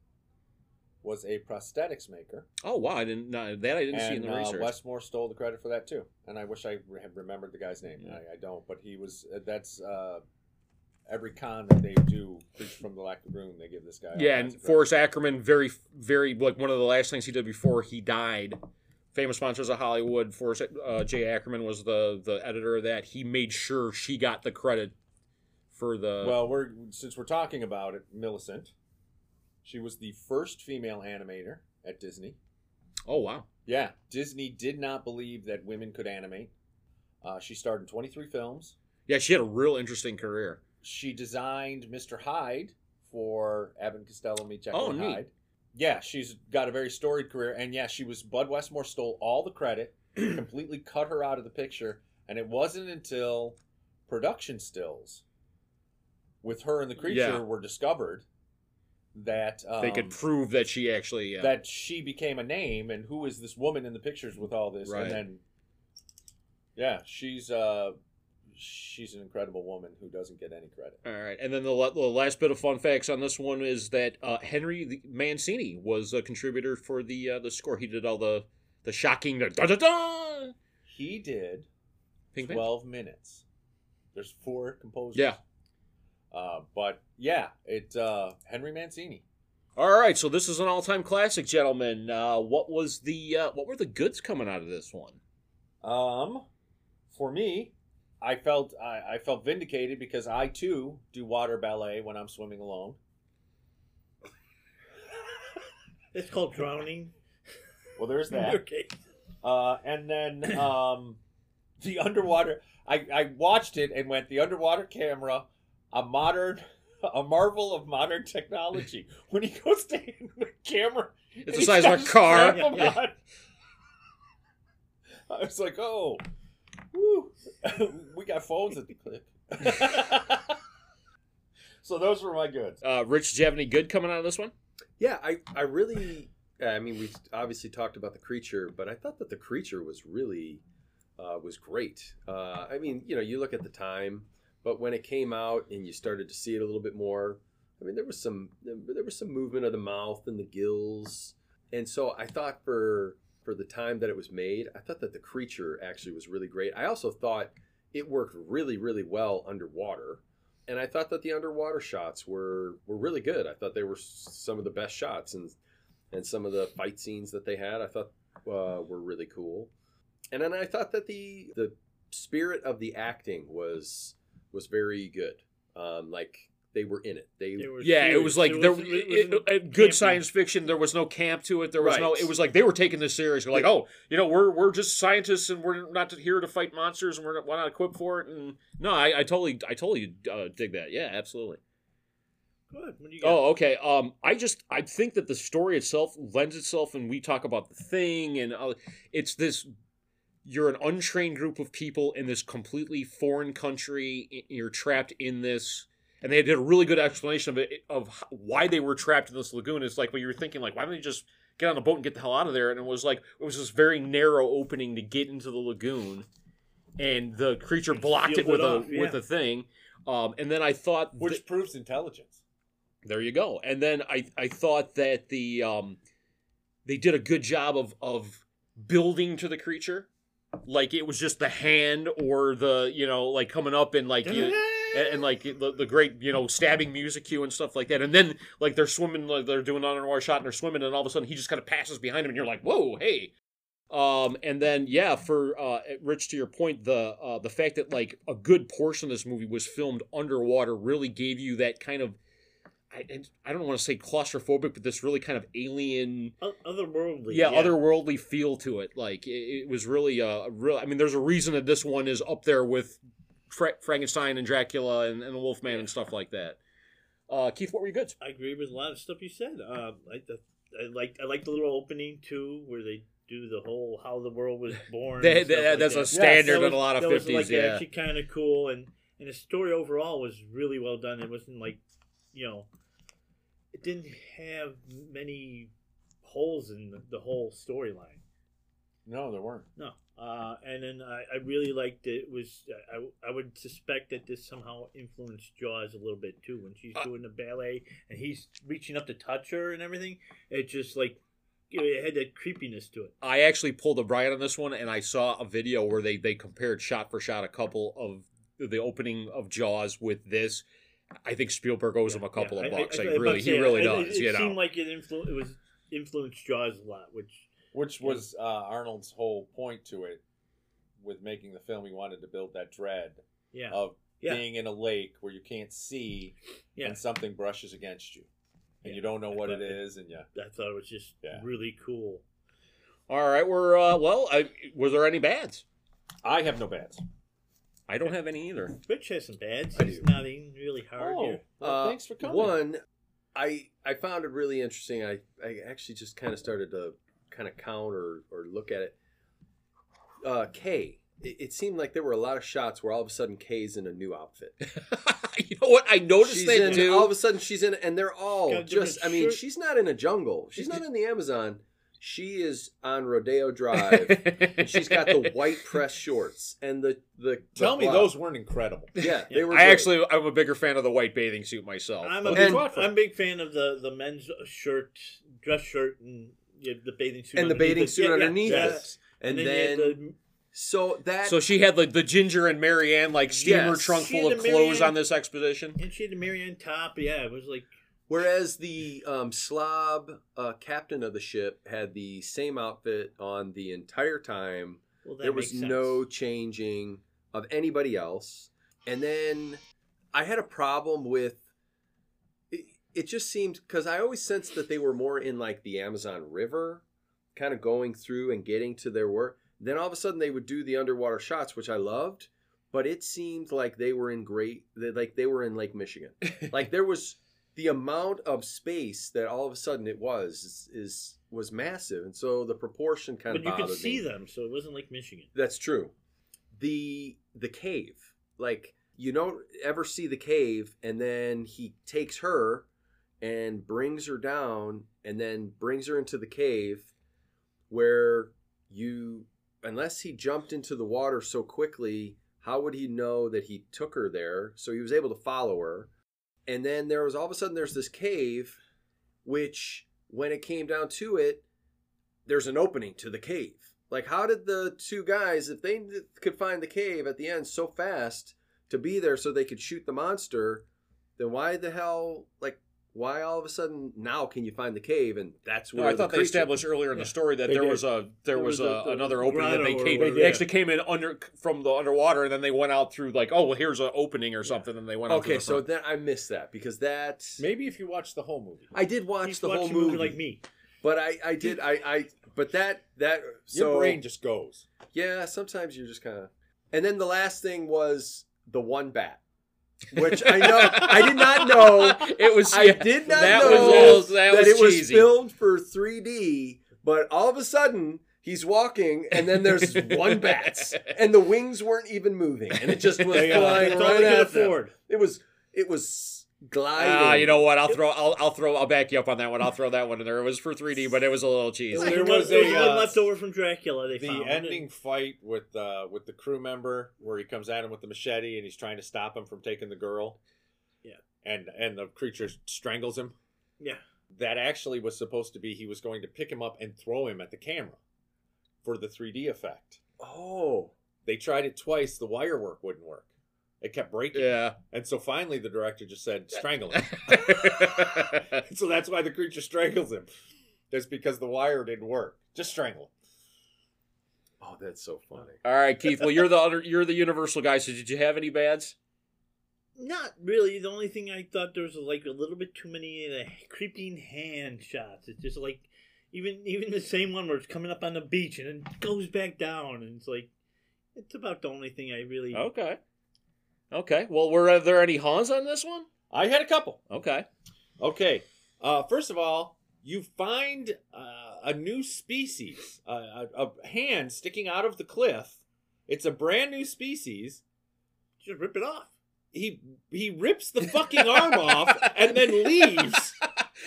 was a prosthetics maker, Oh wow! I didn't no, that I didn't see in and the uh, research. Westmore stole the credit for that too. And I wish I re- had remembered the guy's name. Yeah. I, I don't, but he was. Uh, that's uh, every con that they do Creature from the Black Lagoon. They give this guy. all yeah, kinds and of credit. Forrest Ackerman, very, very like one of the last things he did before he died. Famous sponsors of Hollywood. Forrest uh, J. Ackerman was the the editor of that. He made sure she got the credit for the. Well, we're since we're talking about it, Millicent. She was the first female animator at Disney. oh wow! Yeah, Disney did not believe that women could animate. Uh, she starred in 23 films. Yeah, she had a real interesting career. She designed Mr. Hyde for Abbott Costello meets Jekyll Oh, and neat. Hyde. Yeah, she's got a very storied career, and yeah, she was Bud Westmore stole all the credit, completely cut her out of the picture, and it wasn't until production stills with her and the creature Yeah. were discovered that um, they could prove that she actually. Uh, that she became a name and who is this woman in the pictures with all this Right. and then yeah she's uh she's an incredible woman who doesn't get any credit all right, and then the, la- the last bit of fun facts on this one is that uh, Henry the- Mancini was a contributor for the uh, the score. He did all the the shocking da da da. he did Pink 12 minutes there's four composers Yeah. uh but yeah it uh henry mancini All right, so this is an all-time classic, gentlemen. Uh, what was the uh, what were the goods coming out of this one? um for me i felt I, I felt vindicated because i too do water ballet when i'm swimming alone It's called drowning. well there's that Okay. Uh, and then um, the underwater. I, I watched it and went the underwater camera, a modern, a marvel of modern technology. When he goes to hand the camera, It's the he size of a starts car. slapping Yeah. on. I was like, oh, woo. we got phones at the click. so those were my goods. Uh, Rich, did you have any good coming out of this one? Yeah, I, I really, I mean, we obviously talked about the creature, but I thought that the creature was really, uh, was great. Uh, I mean, you know, you look at the time, but when it came out and you started to see it a little bit more, I mean, there was some, there was some movement of the mouth and the gills, and so I thought for for the time that it was made, I thought that the creature actually was really great. I also thought it worked really, really well underwater and I thought that the underwater shots were were really good. I thought they were s- some of the best shots, and and some of the fight scenes that they had, I thought uh, were really cool. And then I thought that the the spirit of the acting was was very good. Um, like they were in it. They It was Yeah, it serious. was like there wasn't- it it- wasn't it- good campy. science fiction. There was no camp to it. There was no. Right. It was like they were taking this serious. Like, oh, you know, we're we're just scientists and we're not here to fight monsters and we're not, we're not equipped for it. And no, I, I totally I totally uh, dig that. Yeah, absolutely. Good. What do you got? Oh, okay. Um, I just I think that the story itself lends itself, and we talk about the thing, and uh, it's this. You're an untrained group of people in this completely foreign country. y- You're trapped in this, and they did a really good explanation of it of h- why they were trapped in this lagoon. It's like, well, you're thinking like, why don't they just get on a boat and get the hell out of there? And it was like it was this very narrow opening to get into the lagoon, and the creature blocked it Sealed with it a off, yeah. with a thing. Um, and then I thought Which th- proves intelligence. there you go. And then I I thought that the um they did a good job of of building to the creature. Like it was just the hand or the you know like coming up and like you, Oh, and, and, like the, the great you know stabbing music cue and stuff like that. And then like they're swimming like they're doing an underwater shot and they're swimming and all of a sudden he just kind of passes behind him and you're like whoa hey. Um, and then yeah, for uh, Rich, to your point, the uh, the fact that like a good portion of this movie was filmed underwater really gave you that kind of I, and I don't want to say claustrophobic, but this really kind of alien, O- Otherworldly. yeah, otherworldly feel to it. Like it, it was really a, a real. I mean, there's a reason that this one is up there with Fra- Frankenstein and Dracula and, and the Wolfman and stuff like that. Uh, Keith, what were your goods? I agree with a lot of stuff you said. Um, I, I like I like the little opening too, where they do the whole how the world was born. and That- stuff that- like that's a that. standard That was- in a lot of that was, fifties. like, yeah, actually kind of cool, and and the story overall was really well done. It wasn't like, you know, it didn't have many holes in the, the whole storyline. No, there weren't. No. Uh, and then I, I really liked it. was I, I would suspect that this somehow influenced Jaws a little bit too when she's Uh, doing the ballet and he's reaching up to touch her and everything. It just like you know, it had that creepiness to it. I actually pulled a Brian on this one, and I saw a video where they they compared shot for shot a couple of the opening of Jaws with this. I think Spielberg owes him a couple Yeah, of I- I- bucks. I- like I- really, yeah, he really it- does. It, it you know. seemed like it influ- it was influenced Jaws a lot, which which was uh, Arnold's whole point to it with making the film. He wanted to build that dread yeah, Uh. of Yeah. being in a lake where you can't see Yeah. and something brushes against you and Yeah. you don't know what it But- is and yeah. I thought it was just Yeah. really cool. All right, we're uh, well. I, was there any bads? I have no bats. I don't have any either. Rich has some bads. I He's do. nodding really hard. Oh, here. well, Uh, thanks for coming. One, I I found it really interesting. I I actually just kind of started to kind of count or or look at it. Uh, K. It, it seemed like there were a lot of shots where all of a sudden K's in a new outfit. you know what? I noticed She's that in, too. all of a sudden she's in, and they're all Got a just. I different mean, shirt. she's not in a jungle. She's not in the Amazon. She is on Rodeo Drive. and she's got the white press shorts and the the. Tell the me bra. those weren't incredible. Yeah, they were. I great. actually, I'm a bigger fan of the white bathing suit myself. I'm a but- And- big, I'm a big fan of the, the men's shirt, dress shirt, and yeah, the bathing suit and the bathing underneath it. suit Yeah, yeah, underneath yeah. it, and, you then, had the- so that so she had like the ginger and Marianne like steamer Yes. trunk She full and of the clothes Marianne- on this expedition. and she had the Marianne top. Yeah, it was like Whereas the um, Slav uh, captain of the ship had the same outfit on the entire time. well, that There was makes sense. no changing of anybody else. And then I had a problem with it, it just seemed because I always sensed that they were more in like the Amazon River, kind of going through and getting to their work. Then all of a sudden they would do the underwater shots, which I loved, but it seemed like they were in great, that, like they were in Lake Michigan. like there was the amount of space that all of a sudden it was is, is was massive, and so the proportion kind but of you bothered could see me. them, so it wasn't like Michigan. That's true. The the cave, like you don't ever see the cave, and then he takes her and brings her down, and then brings her into the cave, where you, unless he jumped into the water so quickly, how would he know that he took her there? So he was able to follow her, and then there was all of a sudden there's this cave, which when it came down to it, there's an opening to the cave. Like, how did the two guys, if they could find the cave at the end so fast to be there so they could shoot the monster, then why the hell, like, why all of a sudden now can you find the cave and that's where No, I the thought they creature- established earlier in the Yeah. story that They there did. was a there was, was a, a- another opening that they grotto or came whatever. they actually came in under from the underwater and then they went out through like oh well here's an opening or something and they went out through Okay, the so front. then I missed that because that Maybe if you watch the whole movie. I did watch He's the whole watching movie, like me. but I I did I I but that that Your so brain just goes. yeah sometimes you're just kind of and then the last thing was the one bat, which I know I did not know it was I yeah, did not that know was that, that was it was cheesy. filmed for 3D, but all of a sudden he's walking, and then there's one bats, and the wings weren't even moving, and it just was They, uh, flying That's all right they could at them. afford. It was it was gliding. Ah, you know what? I'll throw, I'll, I'll throw, I'll back you up on that one. I'll throw that one in there. It was for 3D, but it was a little cheesy. There There was was, a, one uh, left over from Dracula. They The found ending fight with uh, with the crew member where he comes at him with the machete and he's trying to stop him from taking the girl. Yeah. And and the creature strangles him. And, yeah, That actually was supposed to be he was going to pick him up and throw him at the camera for the 3D effect. Oh, They tried it twice, the wire work wouldn't work. It kept breaking. Yeah. And so finally the director just said, strangle him. so that's why the creature strangles him. That's because the wire didn't work. Just strangle him. oh, that's so funny. All right, Keith. Well, you're the other, you're the universal guy. So did you have any bads? not really. The only thing I thought there was like a little bit too many uh, creeping hand shots. It's just like even even the same one where it's coming up on the beach and then goes back down, and it's like it's about the only thing I really. Oh. Okay. Okay. Well, were uh, there any Hans on this one? I had a couple. Okay. Okay. Uh, first of all, you find uh, a new species, uh, a, a hand sticking out of the cliff. It's a brand new species. Just rip it off. He he rips the fucking arm off and then leaves.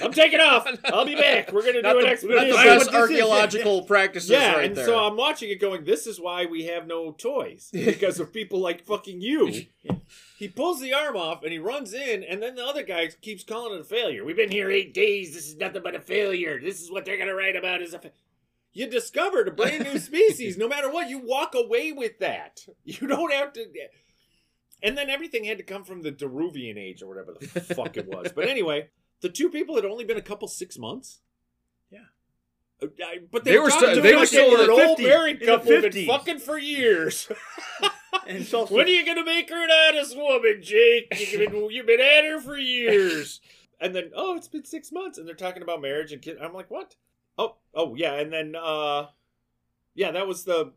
I'm taking off. I'll be back. We're gonna do Not the, an not expedition. the Right, best but this is- archaeological practices yeah, right and there. so I'm watching it, going, "This is why we have no toys because of people like fucking you." He pulls the arm off and he runs in, and then the other guy keeps calling it a failure. We've been here eight days. This is nothing but a failure. This is what they're gonna write about as a. Fa-. You discovered a brand new species. No matter what, you walk away with that. You don't have to. And then everything had to come from the Deruvian age or whatever the fuck it was. But anyway, the two people had only been a couple six months. Yeah. Uh, I- But They they were were still- still, they were still in an the old 50s, married in the couple who've been 50s. fucking for years. And it's also When are you gonna make her an honest woman, Jake? You've been, you've been at her for years. And then, oh, it's been six months, and they're talking about marriage and kid. I'm like, what? Oh, oh yeah. And then, uh, yeah, that was the.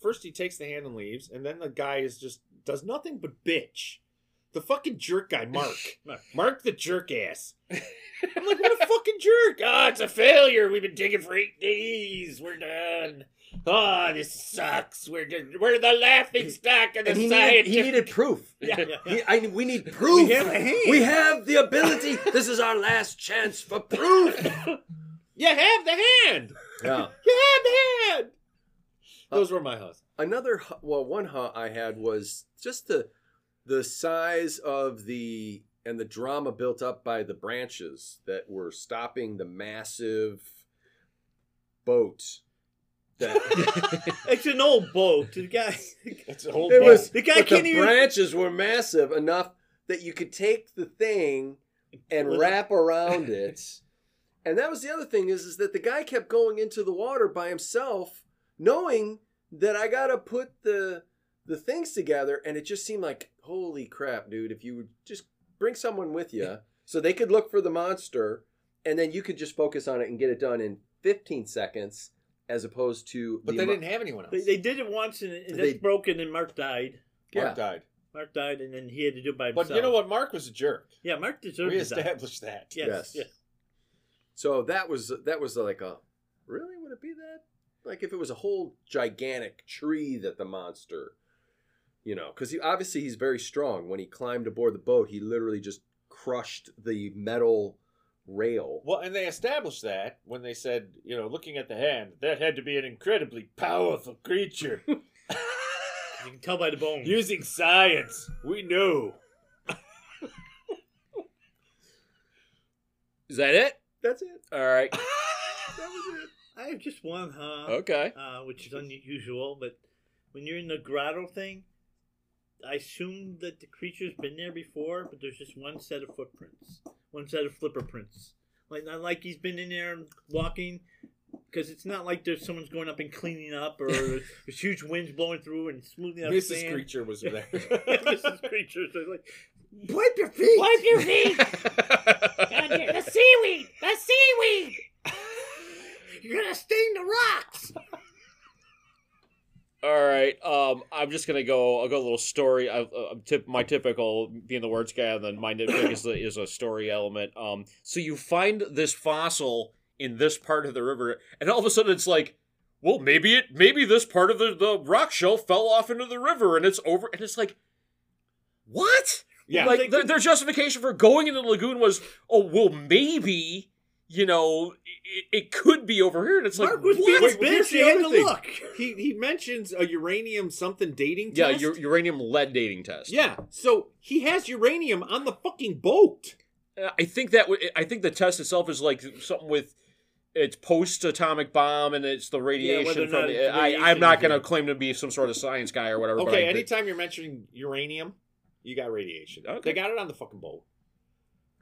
first he takes the hand and leaves, and then the guy is just does nothing but bitch. The fucking jerk guy, Mark. Mark the jerk ass. I'm like, what a fucking jerk. Ah, it's a failure. We've been digging for eight days. We're done. Ah, this sucks. We're just, we're the laughing stock of the And he needed, scientific. he needed proof. Yeah. He- I, we need proof. have a hand. We have the ability. this is our last chance for proof. You have the hand. Yeah. You have the hand. Those were my hugs. another hu- well one ha i had was just the the size of the and the drama built up by the branches that were stopping the massive boat that It's an old boat. The guy, It's a whole it was The guy but can't the even- branches were massive enough that you could take the thing and With- wrap around it and that was the other thing is is that the guy kept going into the water by himself knowing that i gotta put the the things together and it just seemed like holy crap dude if you would just bring someone with you so they could look for the monster and then you could just focus on it and get it done in 15 seconds as opposed to But the they amo- didn't have anyone else. they, they did it once and it- and that's They- broken, and Mark died. Mark yeah. died. Mark died, and then he had to do it by himself. But you know what? Mark was a jerk. Yeah, Mark deserved We to die. established that. Yes, Yes. yes. So that was that was like a really would it be that like if it was a whole gigantic tree that the monster, you know, because he obviously he's very strong. When he climbed aboard the boat, he literally just crushed the metal rail. Well, and they established that when they said, you know, looking at the hand, that had to be an incredibly powerful creature. You can tell by the bones. Using science, we know. Is that it? That's it. All right. That was it. I have just one, huh? Okay. uh, which is unusual. But when you're in the grotto thing, I assume that the creature's been there before, but there's just one set of footprints, one set of flipper prints. Like not like he's been in there and walking, because it's not like there's someone's going up and cleaning up, or there's huge winds blowing through and smoothing out the Mrs. sand. Creature was there. Yeah, Mrs. Creature. So it's like, Wipe your feet. Wipe your feet. God damn- the seaweed. The seaweed. you're gonna stain the rocks. All right. Um, I'm just gonna go. I'll go a little story. I, I'm tip my typical being the words guy, and then my nitpick is, the, is a story element. Um, so you find this fossil in this part of the river, and all of a sudden it's like, well, maybe it, maybe this part of the the rock shelf fell off into the river, and it's over, and it's like, what? yeah. like their, their justification for going into the lagoon was, oh, well, maybe you know it, it could be over here, and it's Mark like, was being what? a Wait, here's bitch. the He had other to thing. look. he, he mentions a uranium something dating yeah, test. u- uranium lead dating test. yeah, so he has uranium on the fucking boat. Uh, I think that w- I think the test itself is like something with it's post atomic bomb and it's the radiation whether or from not the, it's I, I'm radiation not is going to it. claim to be some sort of science guy or whatever. but Okay, I agree. anytime you're mentioning uranium, you got radiation. Okay. They got it on the fucking boat.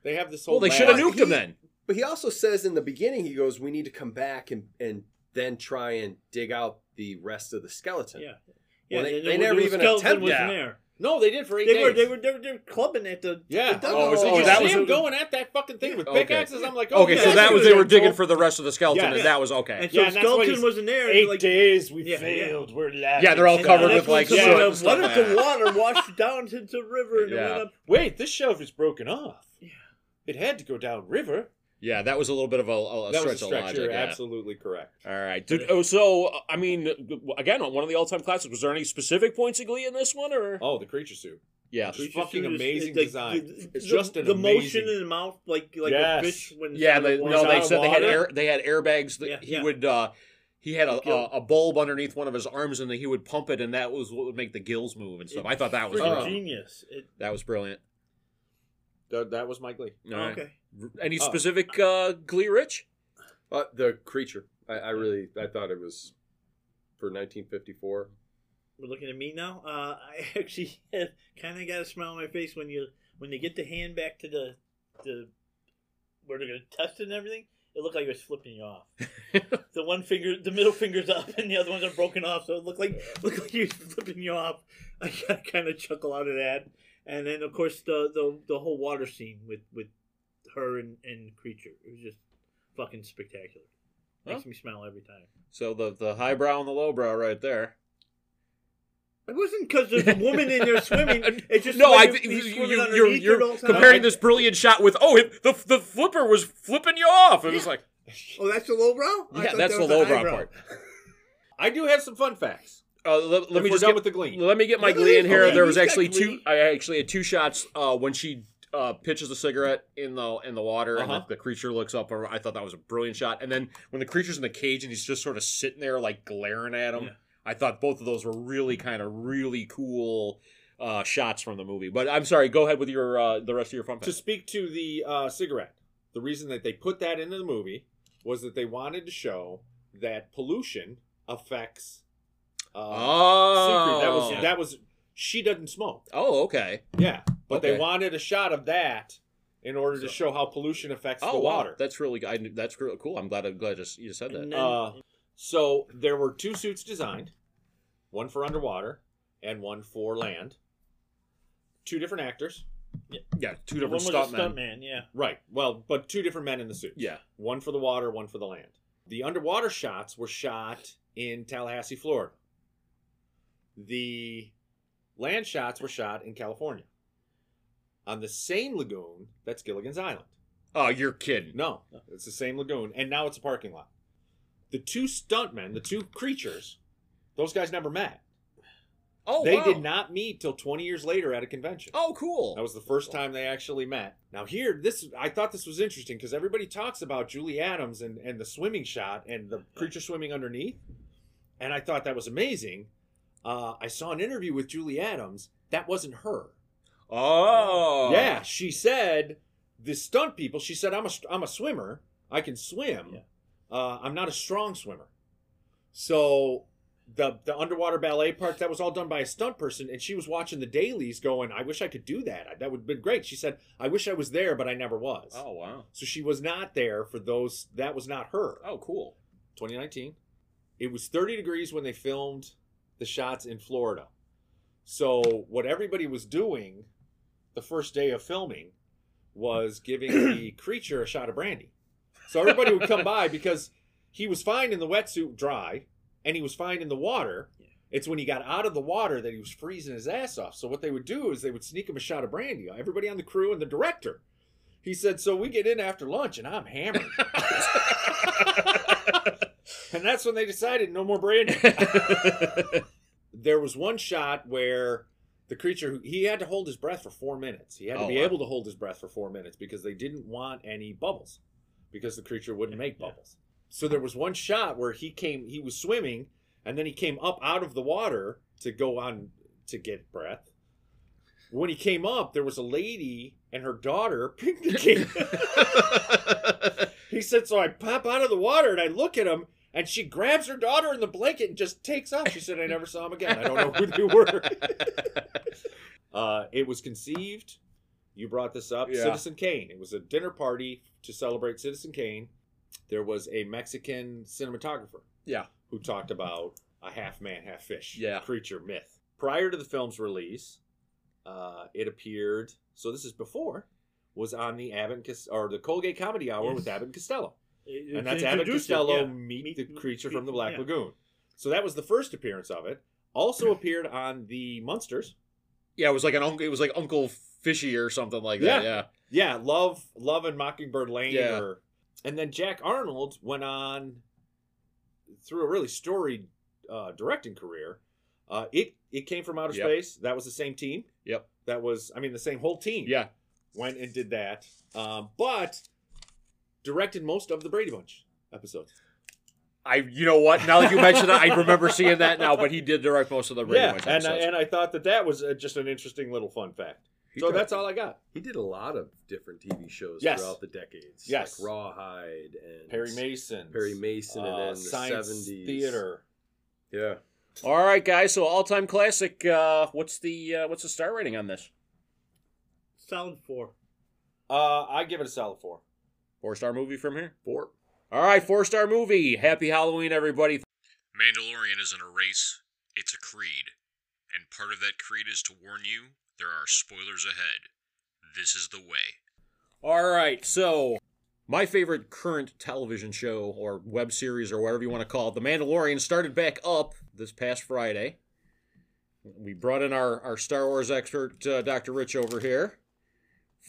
They have this whole. Well, they lab. should have nuked him He- then. But he also says in the beginning, he goes, "We need to come back and and then try and dig out the rest of the skeleton." Yeah. Well, Yeah, they- and they the- never the even skeleton attempted wasn't that. there. No, they did for eight They days. were, they were they were they were clubbing at the Yeah. The Oh, is it Did you that see was- him going at that fucking thing with Okay. pickaxes? I'm like, oh, Okay, yeah, so that that's was what they were they're digging told. for the rest of the skeleton, Yeah. and that was okay. And so Yeah, the and that's what skeleton he's- wasn't there. and Eight like, days we Yeah, yeah. failed. We're laughing. Yeah, they're all and covered that's with, when like, someone soot said, and stuff What like if the water washed down into the river and it Yeah. went up? Wait, this shelf is broken off. It had to go down river. Yeah, that was a little bit of a, a, a that stretch was a of stretch. logic. You're yeah. absolutely correct. All right, Did- oh, so uh, I mean, again, one of the all-time classics. Was there any specific points you glee in this one, or Oh, the creature suit. yeah, It's Creature fucking suit is- amazing it's like- design. the- It's the- just an the amazing- motion in the mouth, like like Yes. a fish when it's Yeah, out of they, water. no, out they of said they had water. air, they had airbags. That Yeah, he yeah. would uh, he had a, Gill. a, a bulb underneath one of his arms, and then he would pump it, and that was what would make the gills move and stuff. I thought that was Freaking brilliant. genius. It, that was brilliant. That, that was my glee. All right. Oh, Okay, Any Oh. specific uh, Glee Rich? Uh, the creature. I, I really, I thought it was for 1954. we're looking at me now. Uh, I actually kind of got a smile on my face when you when they get the hand back to the the where they're gonna test it and everything. It looked like it was flipping you off. the one finger, the middle finger's up, and the other ones are broken off. So it looked like looked like he was flipping you off. I kind of chuckle out of that. And then of course the the, the whole water scene with with her and, and creature. It was just fucking spectacular. Makes me smile every time. So the the highbrow and the lowbrow right there. It wasn't because there's a woman in there swimming. It's just No, I, like think he's you, swimming you, you're, underneath it all you're the time. comparing this brilliant shot with oh, it, the the flipper was flipping you off. It was like Oh, that's the lowbrow. I yeah, thought that's that the was low eyebrow. part. I do have some fun facts. Uh, let, let If me we're just done get, with the glee. Let me get my Yeah, glee in here. okay, There was he's got actually two. glee. I actually had two shots uh, when she uh, pitches a cigarette in the in the water, and Uh-huh. the, the creature looks up. I thought that was a brilliant shot. And then when the creature's in the cage and he's just sort of sitting there like glaring at him, Yeah. I thought both of those were really kind of really cool uh, shots from the movie. But I'm sorry, go ahead with your uh, the rest of your fun fact. to speak to the uh, cigarette, the reason that they put that into the movie was that they wanted to show that pollution affects. Uh, oh, Siegfried. That was Yeah. that was. She doesn't smoke. oh okay. Yeah, but they Okay. wanted a shot of that in order to So- show how pollution affects Oh the wow, water. that's really I, that's really cool. I'm glad I'm glad just you said that. And Uh, so there were two suits designed, one for underwater and one for land. Two different actors. yeah, two then one different was a stuntmen. stuntman. Yeah. Right. Well, but two different men in the suit. Yeah. One for the water, one for the land. The underwater shots were shot in Tallahassee, Florida. The land shots were shot in California. On the same lagoon that's Gilligan's Island. Oh, you're kidding. No, it's the same lagoon, and now it's a parking lot. The two stuntmen, the two creatures, those guys never met. Oh, they wow. did not meet till 20 years later at a convention. Oh, cool. That was the first time they actually met. Now here, this I thought this was interesting because everybody talks about Julie Adams and and the swimming shot and the creature swimming underneath, and I thought that was amazing. Uh, I saw an interview with Julie Adams. That wasn't her. Oh, Yeah, she said the stunt people. She said I'm a st- I'm a swimmer. I can swim. Yeah. Uh, I'm not a strong swimmer. So the the underwater ballet part that was all done by a stunt person, and she was watching the dailies, going, "I wish I could do that. That would have been great." She said, "I wish I was there, but I never was." Oh, wow. So she was not there for those. That was not her. Oh, cool. 2019. It was 30 degrees when they filmed the shots in Florida. So what everybody was doing the first day of filming was giving the creature a shot of brandy. So everybody would come by because he was fine in the wetsuit dry and he was fine in the water. It's when he got out of the water that he was freezing his ass off. So what they would do is they would sneak him a shot of brandy. Everybody on the crew and the director. He said, "So we get in after lunch and I'm hammered." And that's when they decided no more brandy. there was one shot where the creature he had to hold his breath for four minutes. He had to Oh, be wow. able to hold his breath for four minutes because they didn't want any bubbles, because the creature wouldn't make Yeah. bubbles. So there was one shot where he came, he was swimming, and then he came up out of the water to go on to get breath. When he came up, there was a lady and her daughter picnicking. He said, so I pop out of the water and I look at him, and she grabs her daughter in the blanket and just takes off. She said, I never saw him again. I don't know who they were. uh, it was conceived. You brought this up. Yeah. Citizen Kane. It was a dinner party to celebrate Citizen Kane. There was a Mexican cinematographer. Yeah. Who talked about a half man, half fish Yeah. creature myth. Prior to the film's release, uh, it appeared. So this is before. Was on the Abbott and Cos- or the Colgate Comedy Hour Yes. with Abbott and Costello It- and it that's Abbott introduced it, Costello yeah. meet, Meet the the creature creature, from the Black yeah. Lagoon. So that was the first appearance of it. Also appeared on the Munsters. Yeah, it was like an uncle. It was like Uncle Fishy or something like that. Yeah. Yeah, Love, Love and Mockingbird Lane. Yeah. Or, and then Jack Arnold went on through a really storied uh, directing career. Uh, it it came from outer Yep. space. That was the same team. Yep. That was I mean the same whole team. Yeah. Went and did that, um, but directed most of the Brady Bunch episodes. I. You know what? Now that you mention that, I remember seeing that now. But he did direct most of the radio yeah, and I, and I thought that that was uh, just an interesting little fun fact. He so did- that's all I got. He did a lot of different TV shows Yes. throughout the decades. Yes. like Rawhide and Perry Mason, uh, Perry Mason, and then the Science 70s. Theater. Yeah, All right, guys. So all-time classic. Uh, what's the uh, what's the star rating on this? Sound four. Uh, I give it a solid four. Four-star movie from here. four. All right, four-star movie. Happy Halloween, everybody. Mandalorian isn't a race, it's a creed. And part of that creed is to warn you there are spoilers ahead. This is the way. All right, so my favorite current television show or web series or whatever you want to call it, The Mandalorian started back up this past Friday. we brought in our, our Star Wars expert, uh, Dr. Rich, over here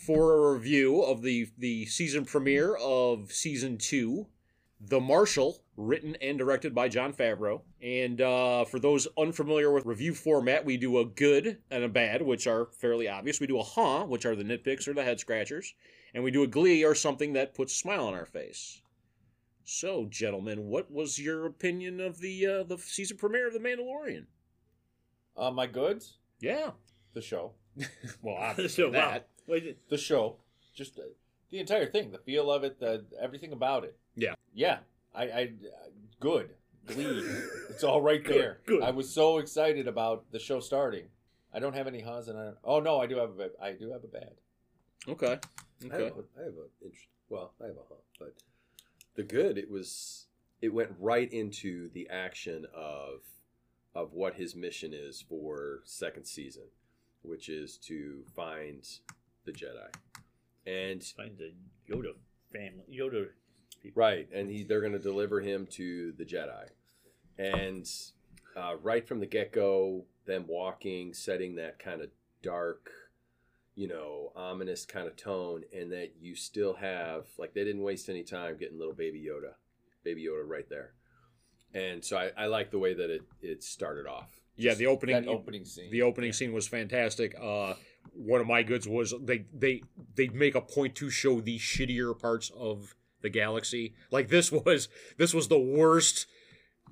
for a review of the, the season premiere of season two, The Marshal, written and directed by John Favreau. And uh, for those unfamiliar with review format, we do a good and a bad, which are fairly obvious. We do a huh, which are the nitpicks or the head scratchers. And we do a glee or something that puts a smile on our face. So, gentlemen, what was your opinion of the uh, the season premiere of The Mandalorian? Uh, my goods, Yeah. the show, Well, obviously So, wow. that. Wait, the show, just uh, the entire thing, the feel of it, the everything about it. Yeah. yeah. I, I good, glee. it's all right there. Good, good. I was so excited about the show starting. I don't have any ha's and I, oh no, I do have a ba- I do have a bad. Okay. I Okay. have, a, I have a interest. Well, I have a hump, but the good it was. It went right into the action of of what his mission is for second season, which is to find the Jedi, and find the Yoda family. Yoda. right, and he, they're going to deliver him to the Jedi, and uh, right from the get go, them walking, setting that kind of dark, you know, ominous kind of tone, and that you still have like they didn't waste any time getting little baby Yoda, baby Yoda right there, and so I, I like the way that it it started off. Yeah, the opening e-, That opening scene. the opening scene was fantastic. Uh, one of my goods was they they they make a point to show the shittier parts of the galaxy. Like this was this was the worst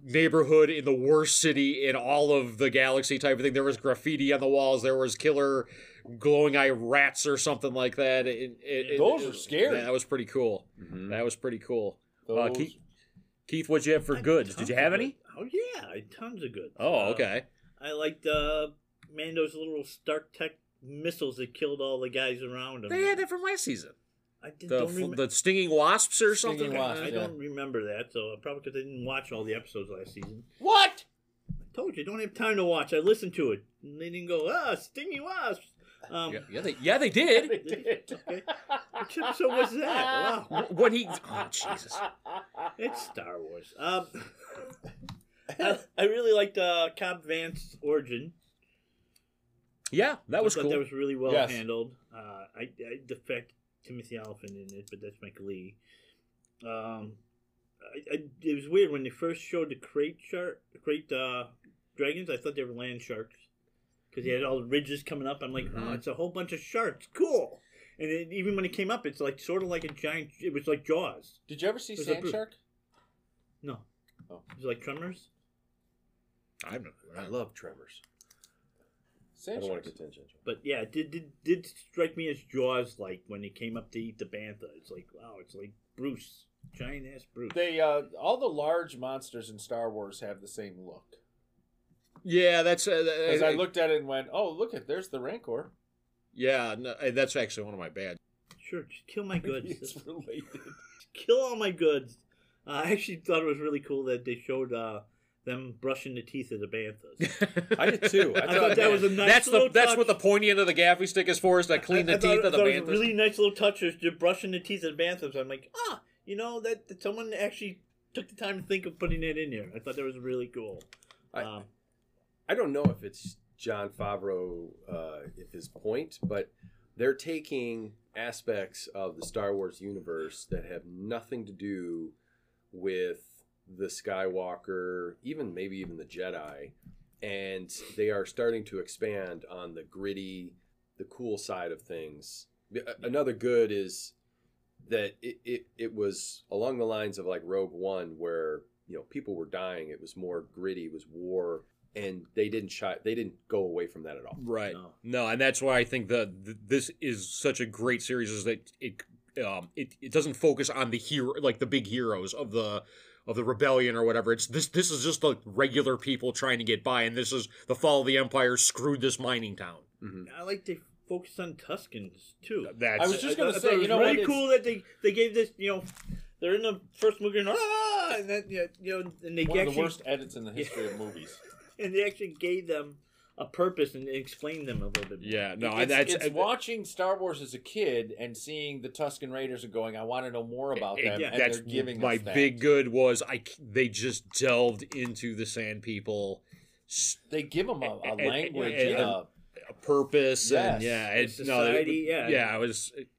neighborhood in the worst city in all of the galaxy type of thing. There was graffiti on the walls. There was killer glowing eye rats or something like that. It- it- it- Those are scary. That was pretty cool. Mm-hmm. That was pretty cool. Those- Uh, Keith, Keith, what'd you have for I- goods? Did tons you have of any? good. Oh yeah, I had tons of good. Oh, Uh, okay. I liked uh, Mando's little Stark Tech missiles that killed all the guys around him. They had it from last season. I did, The, don't fl- remember. the stinging wasps or something. Uh, Stinging wasps. I Yeah. don't remember that, so uh, probably because I didn't watch all the episodes last season. what? I told you, I don't have time to watch. I listened to it. And they didn't go, ah, stingy wasps. Um, Yeah, yeah, they, yeah, they did. They did. okay. Which episode was that? Wow. when he, oh Jesus, It's Star Wars. Um, I, I really liked uh, Cobb Vance's origin. yeah, that was I thought cool. That was really well Yes. handled. Uh, I, I defect Timothy Oliphant in it, but that's my glee. Um, I, I, it was weird when they first showed the crate shark, crate uh, dragons. I thought they were land sharks because they had all the ridges coming up. I'm like, Mm-hmm. oh, it's a whole bunch of sharks. Cool. And it, even when it came up, it's like sort of like a giant. It was like Jaws. Did you ever see There's a Sand booth. Shark? No. Oh. It was like Tremors. I'm, I love Tremors. I Sand don't want Shark. to contention. But yeah, it did did, did strike me as Jaws like when he came up to eat the bantha. It's like wow, it's like Bruce, giant ass Bruce. They uh, all the large monsters in Star Wars have the same look. yeah, that's. Uh, that- Because I looked at it and went, "Oh, look at there's the Rancor." Yeah, no, uh, that's actually one of my bad. sure, just kill my goods. it's Just related. kill all my goods. Uh, I actually thought it was really cool that they showed uh, them brushing the teeth of the banthas. I did too. I I thought that was a nice that's little the that's touch. what the pointy end of the gaffy stick is for is to clean the I- I thought- teeth of the thought it was banthas. a really nice little touch is just brushing the teeth of the banthas. I'm like, ah, you know that, that someone actually took the time to think of putting it in there. I thought that was really cool. I- um, I don't know if it's John Favreau, uh, if his point, but they're taking aspects of the Star Wars universe that have nothing to do with the Skywalker, even maybe even the Jedi, and they are starting to expand on the gritty, the cool side of things. A- Another good is that it, it, it was along the lines of like Rogue One, where you know people were dying. It was more gritty. It was war, and they didn't shy. They didn't go away from that at all. Right. No. No, and that's why I think the th- this is such a great series is that it um it, it doesn't focus on the hero like the big heroes of the of the rebellion or whatever. It's this this is just the regular people trying to get by, and this is the fall of the empire screwed this mining town. I like they focus on Tuscans too. That's I was just gonna I thought say, it you was know really what? cool that they they gave this. You know, they're in the first movie and ah, and then you know, and they It's one of the actually worst edits in the history of movies. and they actually gave them a purpose and explained them a little bit. More. yeah, no, it's, and that's it's uh, watching Star Wars as a kid and seeing the Tusken Raiders and going, "I want to know more about it- them." yeah, and that's they're giving my us that. big good was I c- they just delved into the sand people s- They give them a, a And- and- language. and- uh, a purpose and Yes. yeah, it, Society, no, it- yeah. yeah, it was it-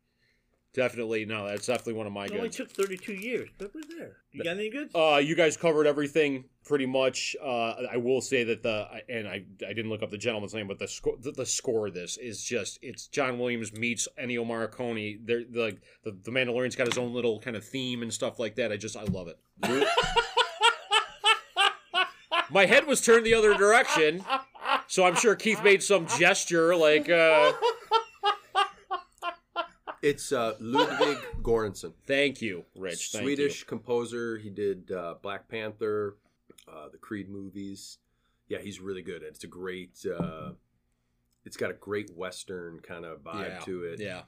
definitely no. That's definitely one of my It only goods. took 32 years, but we're there. You got any good? Oh. Uh, you guys covered everything pretty much. Uh, I will say that the and I I didn't look up the gentleman's name, but the score the, the score of this is just it's John Williams meets Ennio Morricone. They're like the, the Mandalorian's got his own little kind of theme and stuff like that. I just I love it. My head was turned the other direction, so I'm sure Keith made some gesture like uh, It's uh, Ludwig Göransson, "Thank you, Rich." Thank you. Swedish composer. He did uh, Black Panther, uh, the Creed movies. Yeah, he's really good. It's a great. Uh, it's got a great western kind of vibe Yeah. to it. Yeah.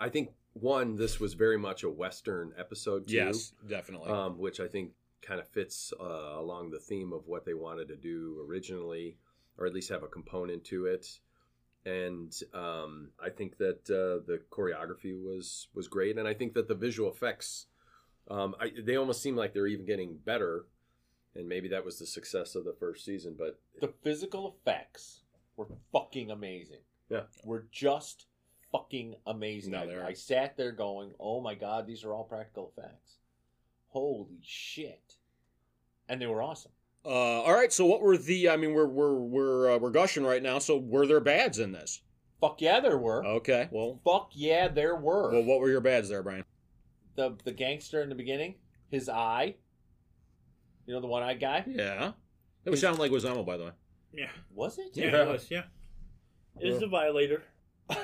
I think one, this was very much a western episode too, Yes, definitely. um, which I think kind of fits uh, along the theme of what they wanted to do originally, or at least have a component to it. And um, I think that uh, the choreography was was great, and I think that the visual effects, um, I, they almost seem like they're even getting better. And maybe that was the success of the first season, but the physical effects were fucking amazing. Yeah. Were just fucking amazing. No, I- they are. I sat there going, oh my god, these are all practical effects. Holy shit. And they were awesome. uh, all right. So, what were the? I mean, we're we're we're uh, we're gushing right now. So, were there bads in this? Fuck yeah, there were. Okay. Well, Fuck yeah, there were. Oh. well, what were your bads there, Brian? the the gangster in the beginning, his eye. You know the one eyed guy? Yeah. That would sound like Wazamo, by the way. Yeah. Was it? Yeah, it was, yeah. It was the violator.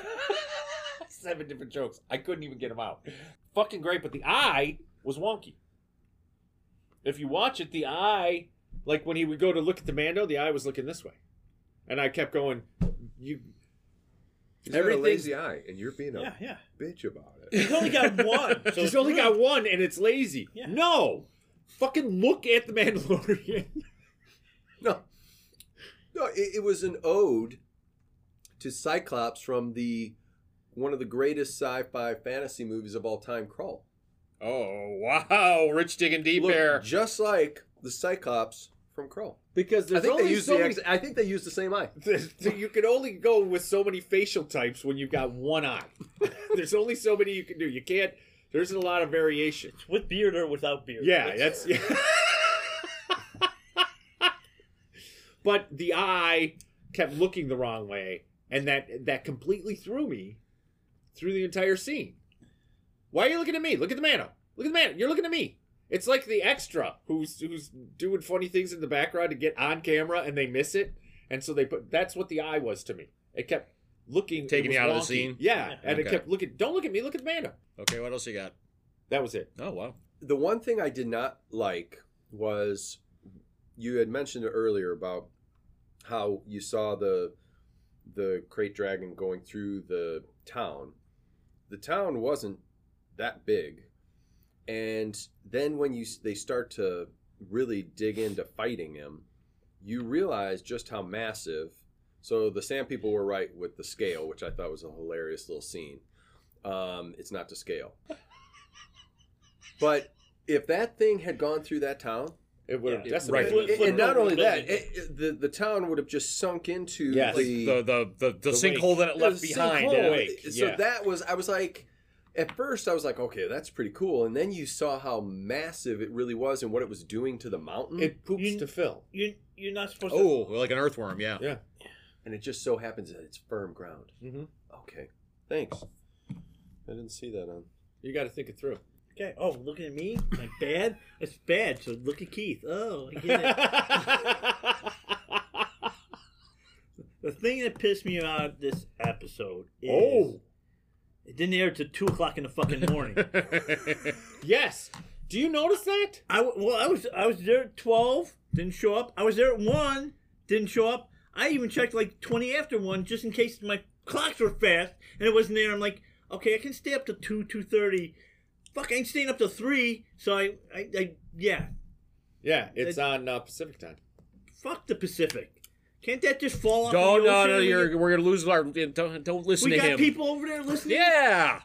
Seven different jokes. I couldn't even get them out. Fucking great, but the eye was wonky. If you watch it, the eye, like when he would go to look at the Mando, the eye was looking this way, and I kept going. You he's got a Everything- lazy eye, and you're being a Yeah, yeah. bitch about it. He's only got one. So just only got one, and it's lazy. Yeah. No, fucking look at the Mandalorian. No. No, it, it was an ode to Cyclops from the one of the greatest sci-fi fantasy movies of all time, Crawl. Oh wow, Rich digging deep Looked there. just like the Cyclops from Crawl. because I there's think they only used so the many. ex- I think they used the same eye. so you can only go with so many facial types when you've got one eye. There's only so many you can do. You can't. There isn't a lot of variation. with beard or without beard. Yeah, that's. Yeah. but the eye kept looking the wrong way, and that that completely threw me through the entire scene. Why are you looking at me? Look at the mano. Look at the man. You're looking at me. It's like the extra who's who's doing funny things in the background to get on camera, and they miss it, and so they put. That's what the eye was to me. It kept looking, it Taking you was out of the wonky. scene? Yeah, and it Okay. kept looking. Don't look at me. Look at the mano. Okay, what else you got? That was it. Oh wow. The one thing I did not like was you had mentioned earlier about how you saw the the crate dragon going through the town. The town wasn't that big, and then when you s- they start to really dig into fighting him, you realize just how massive. So the sand people were right with the scale, which I thought was a hilarious little scene. Um, it's not to scale, but if that thing had gone through that town, It would have Yeah. decimated. Right. and, Flip and not over only the that, building. it, it- the the town would have just sunk into Yes. the, The the the, the, sinkhole that it left the behind. sinkhole. yeah. Wake, So yeah. that was I was like, at first I was like, okay, that's pretty cool, and then you saw how massive it really was and what it was doing to the mountain, It poops You- to fill. You, you're not supposed to. Oh, like an earthworm. Yeah. and it just so happens that it's firm ground. Mhm. Okay, thanks. I didn't see that on. You got to think it through. Okay. Oh, looking at me? Like bad? It's bad. So look at Keith. Oh, I get it. the thing that pissed me out this episode is Oh. it didn't air till two o'clock in the fucking morning. yes. Do you notice that? I w- well, I was I was there at twelve, didn't show up. I was there at one, didn't show up. I even checked like twenty after one just in case my clocks were fast and it wasn't there. I'm like, okay, I can stay up to two, two thirty. Fuck, I ain't staying up to three. So I, I, I yeah, Yeah, it's on uh, Pacific time. fuck the Pacific. Can't that just fall off? Don't the no ocean no and we you're get- we're gonna lose our don't don't listen We to got him. people over there listening. yeah.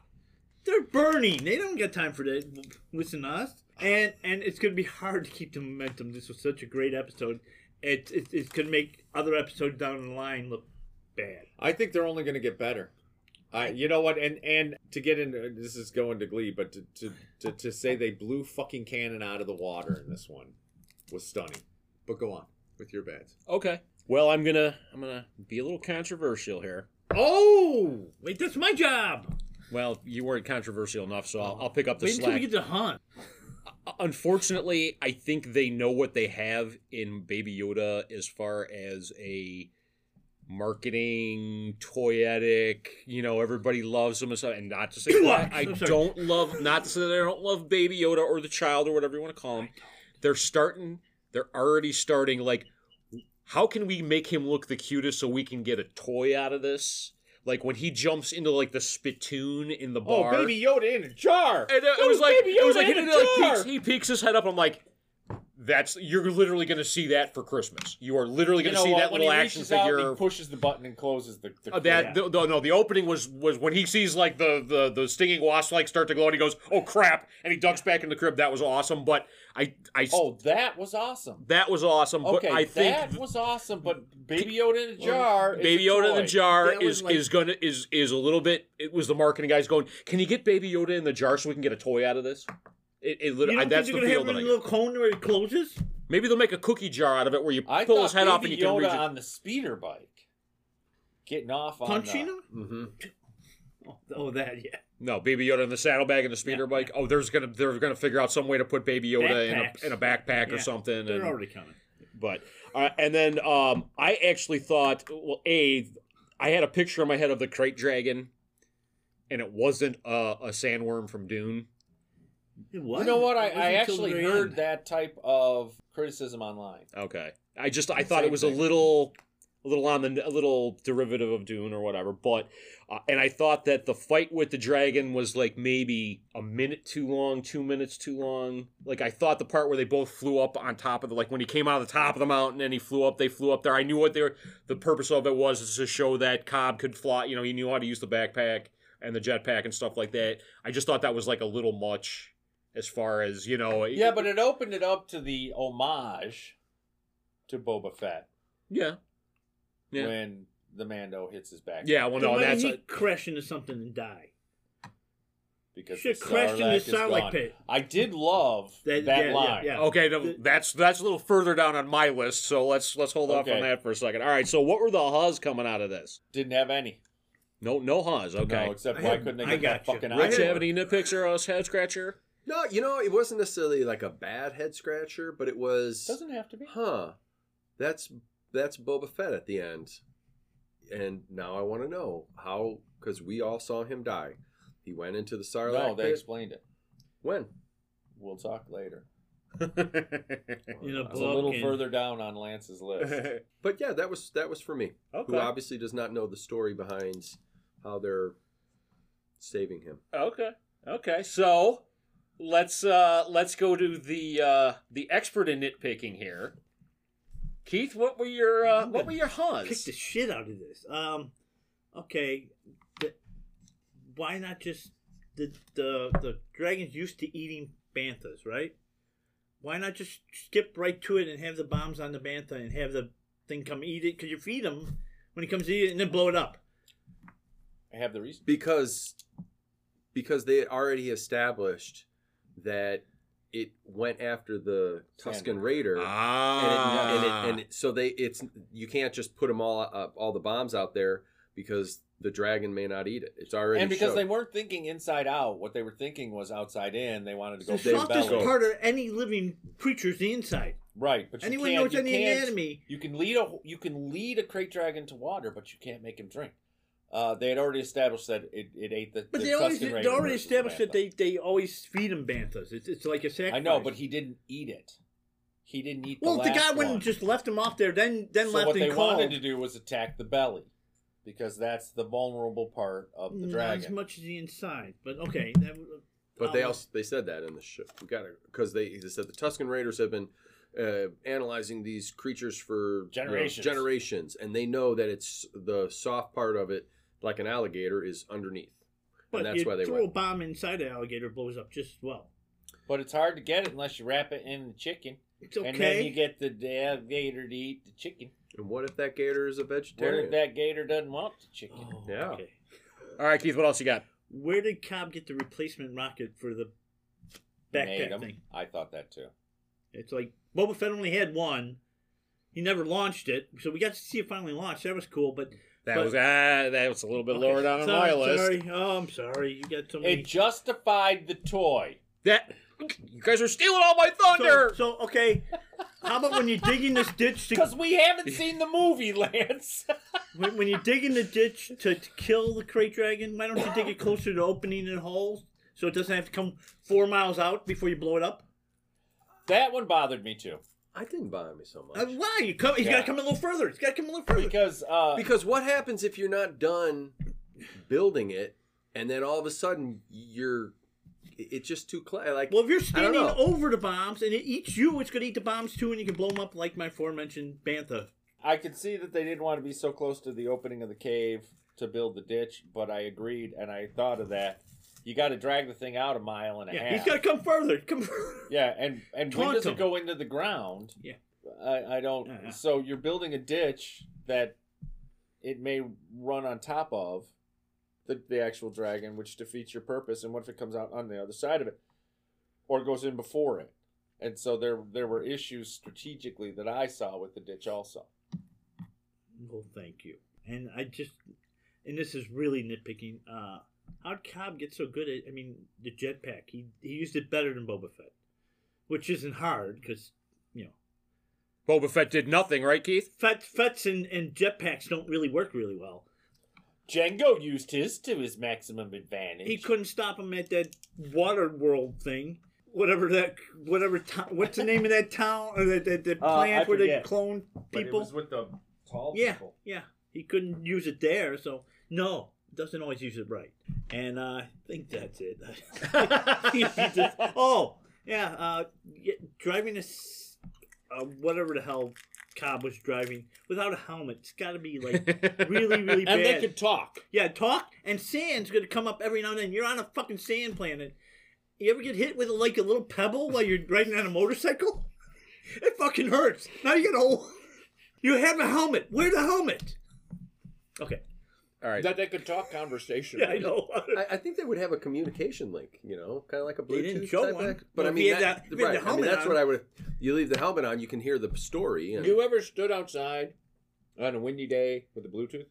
they're burning. They don't got time for that. Listen to us, and and it's gonna be hard to keep the momentum. This was such a great episode, It, it it could make other episodes down the line look bad. I think they're only going to get better. I, you know what, and and to get into this is going to Glee, but to to, to to say they blew fucking Cannon out of the water in this one was stunning. But go on with your bads. Okay. Well, I'm gonna I'm gonna be a little controversial here. Oh, Wait, that's my job. Well, you weren't controversial enough, so I'll, I'll pick up the Wait until slack. we get to Hunt. Unfortunately, I think they know what they have in Baby Yoda as far as a marketing toyetic. You know, everybody loves him, and so- and not to say that I I'm sorry. don't love, not to say that I don't love Baby Yoda or the child or whatever you want to call him. They're starting. They're already starting. Like, how can we make him look the cutest so we can get a toy out of this? Like when he jumps into like the spittoon in the oh, bar. Baby Yoda in a jar. And it, was like, Baby it was Yoda like, he, in a did, like jar! peeks, he peeks his head up. I'm like, that's you're literally going to see that for Christmas. You are literally You going to know see what? that When little he action reaches out, figure. he pushes the button and closes the. the Uh, that the, the- no, the opening was was when he sees like the the, the stinging wasp like start to glow and he goes, oh crap, and he ducks back in the crib. That was awesome, but I I s- oh, that was awesome. that was awesome, Okay, but I think that was awesome. But Baby Yoda in a jar. is Baby a Yoda in toy. the jar That was is like- is gonna is is a little bit. It was the marketing guys going, can you get Baby Yoda in the jar so we can get a toy out of this? It, it You literally don't that's think the they're feel gonna that have I a got. little cone where it closes? Maybe they'll make a cookie jar out of it where you I pull thought his head off and Baby you can Yoda reach it. on the speeder bike, getting off on uh, Punching the, him? Mm-hmm. Oh, oh, that yeah. No, Baby Yoda in the saddlebag and the speeder bike. Oh, there's gonna they're gonna figure out some way to put Baby Yoda in a, Backpacks. in a backpack or Yeah. something. They're And, already coming. but uh, and then um, I actually thought well, a I had a picture in my head of the crate dragon, and it wasn't uh, a, a sandworm from Dune. It was. You know what? I, It wasn't I until the actually very heard end. that type of criticism online. Okay. I just I thought it Same was thing. a little a little on the a little derivative of Dune or whatever, but uh, and I thought that the fight with the dragon was like maybe a minute too long, 2 minutes too long. Like I thought the part where they both flew up on top of the like when he came out of the top of the mountain and he flew up, they flew up there. I knew what they were, the purpose of it was is to show that Cobb could fly, you know, he knew how to use the backpack and the jetpack and stuff like that. I just thought that was like a little much as far as, you know, it- Yeah, but it opened it up to the homage to Boba Fett yeah. Yeah. when the Mando hits his back. Yeah, well Then no, why that's did a, he crash into something and die? because Should the crash into the Sarlacc is Sarlacc gone. pit. I did love that, That- yeah, line. yeah, yeah. Okay, no, that's that's a little further down on my list, so let's let's hold off Okay. on that for a second. All right, so what were the haws coming out of this? Didn't have any. No, no haws. Okay, No, except I why had- couldn't they I get that got you. fucking I Rich, eye? had- have any nitpicks or us head scratcher? No, you know, it wasn't necessarily like a bad head scratcher, but it was. Doesn't have to be. huh? That's that's Boba Fett at the end, and now I want to know how because we all saw him die. He went into the Sarlacc No, they pit. explained it. When? We'll talk later. In a It's a little book and- further down on Lance's list. But yeah, that was that was for me, who okay. obviously does not know the story behind how they're saving him. Okay. Okay. So let's uh let's go to the uh the expert in nitpicking here. Keith, what were your uh, what were your Kick the haws? shit out of this. Um, okay, the, why not just the the the dragons used to eating banthas, right? Why not just skip right to it and have the bombs on the bantha and have the thing come eat it? Because you feed him when he comes to eat it and then blow it up. I have the reason. because because they had already established that it went after the Tuscan Sandworm. Raider. And, it, Ah. and, it, and it- so they it's you can't just put them all up all the bombs out there because the dragon may not eat it. It's already And because shown. they weren't thinking inside out, what they were thinking was outside in. They wanted to go The big softest belly. part of any living creature's the inside. Right, but you Anyone can't, knows you any can't, anatomy. You can lead a you can lead a crate dragon to water, but you can't make him drink. Uh, they had already established that it, it ate the. But the they always Tusken they Raider already versus established that Bantha. they, they always feed him banthas. It's, it's like a sacrifice. I know, but he didn't eat it. He didn't eat. well, the, if the last guy wouldn't one. have just left him off there, then then so left what and they called. wanted to do was attack the belly, because that's the vulnerable part of the Not as dragon. much as the inside, but okay. That, w- But they um, also they said that in the show. We got to because they, they said the Tuscan Raiders have been uh, analyzing these creatures for you know, Generations. generations, and they know that it's the soft part of it, like an alligator, is underneath. but and that's you why they throw went. a bomb inside the alligator, it blows up just as well. But it's hard to get it unless you wrap it in the chicken. It's And then you okay. get the damn gator to eat the chicken. And what if that gator is a What if vegetarian? that gator doesn't want the chicken? Oh, Yeah. okay. All right, Keith, what else you got? Where did Cobb get the replacement rocket for the Made backpack 'em. thing? I thought that too. It's like Boba Fett only had one. He never launched it, so we got to see it finally launched. That was cool, but That But- was ah, that was a little bit lower down on sorry, my list. Sorry, oh, I'm sorry. You got so many. It justified the toy. That you guys are stealing all my thunder. so, so okay. How about when you're digging this ditch to Because we haven't seen the movie, Lance. when, when you're digging the ditch to, to kill the crate dragon? Why don't you dig it closer to the opening and hole so it doesn't have to come four miles out before you blow it up? that one bothered me too. I didn't bother me so much. Uh, why you come? He's got Yeah. to come a little further. He's got to come a little further. Because uh, because what happens if you're not done building it, and then all of a sudden you're, it's just too cla Like, Well, if you're I don't standing know. over the bombs and it eats you, it's going to eat the bombs too, and you can blow them up like my aforementioned Bantha. I could see that they didn't want to be so close to the opening of the cave to build the ditch, but I agreed and I thought of that. You got to drag the thing out a mile and a Yeah, half. he's got to come further. Come further. yeah, and and when Taunt does him. it go into the ground? Yeah. I, I don't. Yeah, yeah. So you're building a ditch that it may run on top of the the actual dragon, which defeats your purpose. And what if it comes out on the other side of it, or goes in before it? And so there there were issues strategically that I saw with the ditch also. Well, thank you. And I just, and this is really nitpicking. Uh, how'd Cobb get so good at? I mean, the jetpack. He he used it better than Boba Fett, which isn't hard because you know Boba Fett did nothing, right, Keith? Fett Fets and and jetpacks don't really work really well. Django used his to his maximum advantage. He couldn't stop him at that water world thing. Whatever that, whatever, to, what's the name of that town or that, that, that Uh, I plant where they forget. clone But people? it was with the tall Yeah, people. yeah. He couldn't use it there, so no, doesn't always use it right. And uh, I think that's it. He just- oh, yeah. Uh, y driving a s- uh, whatever the hell Cobb was driving without a helmet, it's got to be like really, really bad. and they could talk. yeah, talk and sand's gonna come up every now and then. You're on a fucking sand planet. You ever get hit with like a little pebble while you're riding on a motorcycle? It fucking hurts. Now you get a whole. You have a helmet. Wear the helmet. Okay. All right. That they could talk conversation. Yeah, I know. I, I think they would have a communication link, you know, kind of like a They Bluetooth. didn't show type one. act- But Well, I if mean, you had that- that- if you had right. the I mean, helmet that's on- what I would. You leave the helmet on, you can hear the story. And, You ever stood outside on a windy day with the Bluetooth?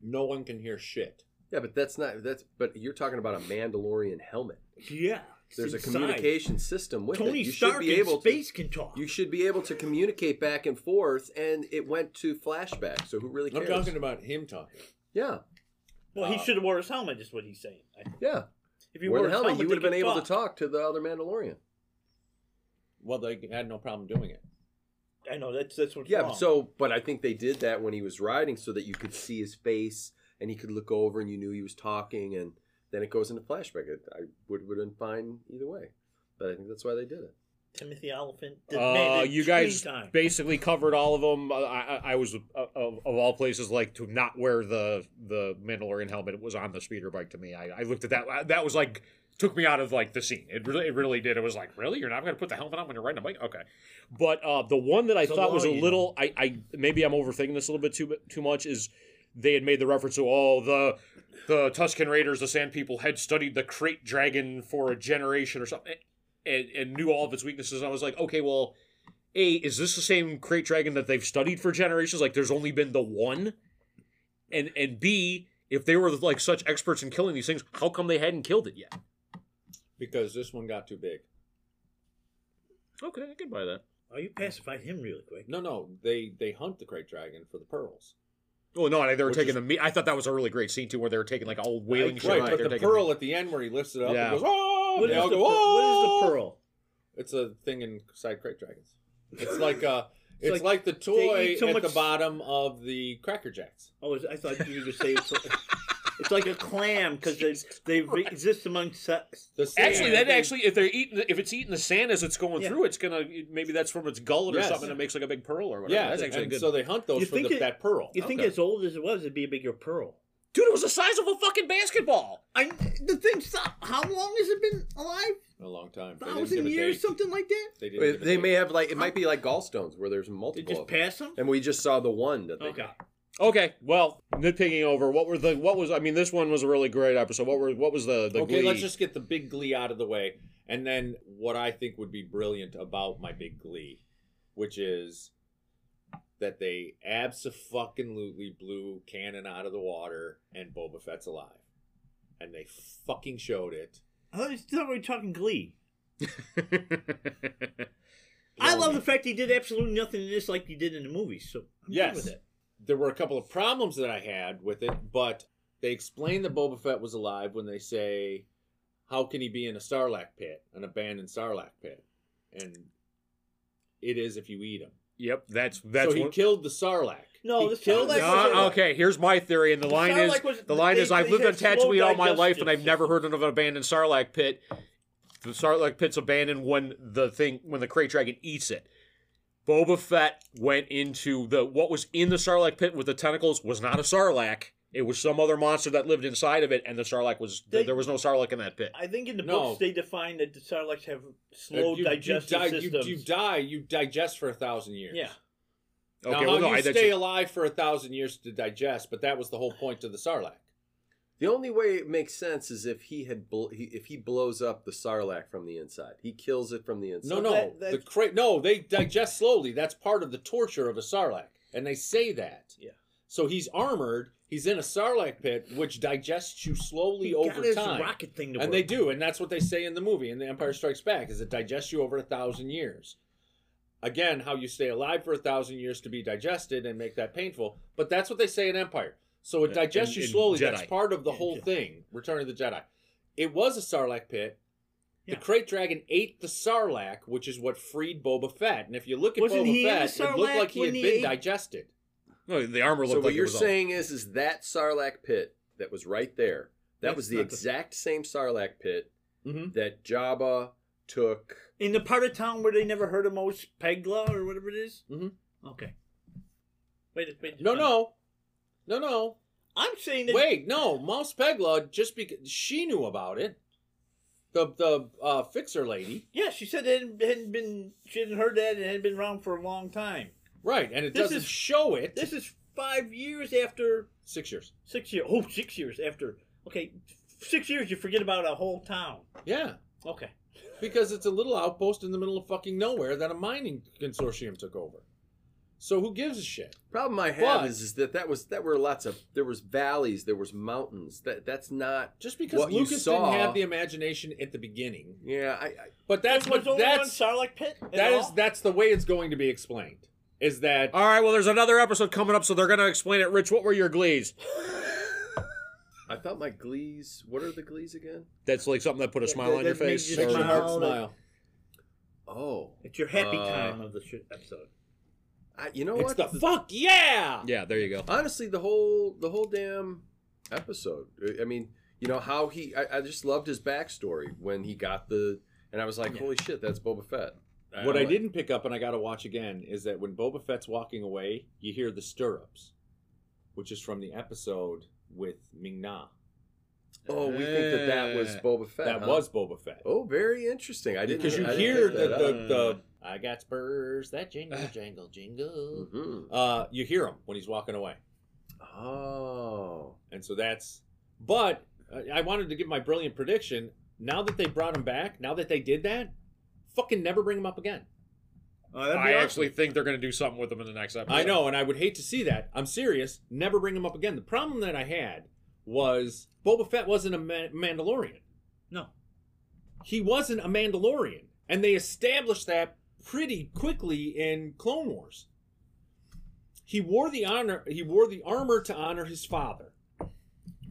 No one can hear shit. yeah, but that's not that's. But you're talking about a Mandalorian helmet. Yeah. it's There's a inside. communication system with Tony it. You Stark should be able in space can talk. to. You should be able to communicate back and forth, and it went to flashback. So who really I'm cares? talking about him talking. yeah, well, he Uh, should have wore his helmet, is what he's saying. I think. yeah. If he Where wore the his helmet, helmet, you they would have been could able to talk to the other Mandalorian. Well, they had no problem doing it. I know that's that's what's Yeah, wrong. but so but I think they did that when he was riding so that you could see his face and he could look over and you knew he was talking and then it goes into flashback. It, I would would have been fine either way, but I think that's why they did it. Timothy Oliphant. did- Uh, made it you screen guys time. basically covered all of them. I, I, I was uh, of, of all places like to not wear the the Mandalorian helmet. It was on the speeder bike to me. I, I looked at that. That was like took me out of like the scene. It really it really did. It was like really you're not going to put the helmet on when you're riding a bike. Okay, but uh, the one that I So thought was a long. little I, I maybe I'm overthinking this a little bit too too much is they had made the reference to oh the the Tuscan Raiders the Sand People had studied the Crate Dragon for a generation or something and, and knew all of its weaknesses. I was like, okay, well, a is this the same crate dragon that they've studied for generations? Like, there's only been the one, and and b if they were like such experts in killing these things, how come they hadn't killed it yet? Because this one got too big. Okay, I can buy that. Oh, you pacified him really quick. No, no, they they hunt the crate dragon for the pearls. Oh no, and they were Which taking is- the meat. I thought that was a really great scene too, where they were taking like old whaling right, shit. like, but they're the taking- pearl at the end where he lifts it up Yeah. and goes, oh, What they is, all the, go, pearl- oh, what is the pearl? It's a thing inside crate dragons. It's like uh, it's, like like, the toy eat so at much- the bottom of the Cracker Jacks. Oh, is- I thought you were going to say it's, it's like a clam because they, they re- exist among se- The sand- Actually, that actually, if they're eating, if it's eating the sand as it's going Yeah. through, it's gonna maybe that's from its gullet or Yes. something that makes like a big pearl or whatever. yeah, that's and, actually good. so they hunt those You for think the, it- that pearl. Oh, You think Okay. as old as it was, it'd be a bigger pearl. Dude, it was the size of a fucking basketball. I the thing. How long has it been alive? a long time. They didn't give thousand a years, date. something like that. They didn't. give a They date. may have like it might be like gallstones where there's They multiple. just Of them. pass them. And we just saw the one that they Okay. Okay, well, nitpicking over what were the what was I mean this one was a really great episode. What were what was the the okay, glee? let's just get the big glee out of the way. And then what I think would be brilliant about my big glee, which is that they abso-fucking-lutely blew Cannon out of the water and Boba Fett's alive. And they fucking showed it. I thought you thought we were talking Glee. I love the fact he did absolutely nothing in this like he did in the movies. So I'm Yes. good with it. There were a couple of problems that I had with it, but they explained that Boba Fett was alive when they say, How can he be in a Sarlacc pit, an abandoned Sarlacc pit? And it is if you eat him. Yep, that's that's so he one- killed the Sarlacc. No, he the killed Sarlacc No, was a- okay, here's my theory, and the, The line is Sarlacc was- the line they- is I've they lived on had slow Tatooine all my life, and digestion I've never heard of an abandoned Sarlacc pit. The Sarlacc pit's abandoned when the thing when the crate dragon eats it. Boba Fett went into the what was in the Sarlacc pit with the tentacles was not a Sarlacc. It was some other monster that lived inside of it, and the Sarlacc was They- there was no Sarlacc in that pit. I think in the No. books they define that the Sarlaccs have slow you, digestive you die, systems. You, you die. You digest for a thousand years. yeah, Uh-huh. Now, Okay, how well, no, you I, that's stay alive for a thousand years to digest, but that was the whole point of the Sarlacc. The only way it makes sense is if he had bl- he, if he blows up the sarlacc from the inside. He kills it from the inside. No, no, that- the cra- No, they digest slowly. That's part of the torture of a Sarlacc, and they say that. Yeah. So he's armored. He's in a Sarlacc pit, which digests you slowly he got over his time. rocket thing to and work. they do and that's what they say in the movie in the empire strikes back is it digests you over a thousand years again how you stay alive for a thousand years to be digested and make that painful but that's what they say in empire so it Yeah, digests in- you in slowly Jedi. that's part of the Yeah, whole Jedi. thing return of the jedi it was a sarlacc pit Yeah. The crate dragon ate the sarlacc, which is what freed Boba Fett. And if you look at Wasn't he in Boba the Fett, it looked Sarlacc like he when had he been ate- digested. no, the armor looked So what like it you're was a- saying is is that sarlacc pit that was right there. That That's was the not the- exact same sarlacc pit Mhm. that Jabba took. in the part of town where they never heard of most Pegla or whatever it is? Mhm. Okay. Wait, wait. No, no, no, no. I'm saying that. Wait, no, Mouse Pegla just because she knew about it. The the uh, fixer lady, Yeah, she said it hadn't, hadn't been. She hadn't heard that. and It hadn't been around for a long time. right? And it This doesn't is- show it. This is five years after Six years. six years. Oh, six years after. Okay, six years. You forget about a whole town. Yeah, Okay. because it's a little outpost in the middle of fucking nowhere that a mining consortium took over. So who gives a shit? Problem I have But- is, is that that was that were lots of there was valleys, there was mountains. That that's not. Just because What you Lucas saw- didn't have the imagination at the beginning, Yeah, I, I but that's There was what only that's one Sarlacc pit. at that is all? that's the way it's going to be explained. Is that All right, well, there's another episode coming up, so they're gonna explain it. Rich, what were your glees? I thought my glees. What are the glees again? That's like something that put a Yeah, smile that- on your that made face. you or- makes your heart Smile. smile? Oh, It's your happy Uh, time of the sh- episode. I, you know It's what? the fuck yeah. Yeah, there you go. honestly the whole the whole damn episode I- i mean you know how he i, I just loved his backstory when he got the and i was like Yeah. holy shit that's boba fett What I like- didn't pick up, and I got to watch again, is that when Boba Fett's walking away, you hear the stirrups, which is from the episode with Ming Na. oh we think that that was boba fett Eh, That huh? was Boba Fett. oh very interesting i didn't Because you I didn't hear pick the, that the, up. the I got spurs that jingle jangle jingle. Mhm. Uh, you hear him when he's walking away, oh and so that's. But uh, I wanted to give my brilliant prediction. Now that they brought him back, now that they did that, fucking never bring him up again. Oh, I actually think they're going to do something with them in the next episode. I know, and I would hate to see that. I'm serious. Never bring him up again. The problem that I had was Boba Fett wasn't a Ma- Mandalorian. No. He wasn't a Mandalorian, and they established that pretty quickly in Clone Wars. He wore the honor. He wore the armor to honor his father,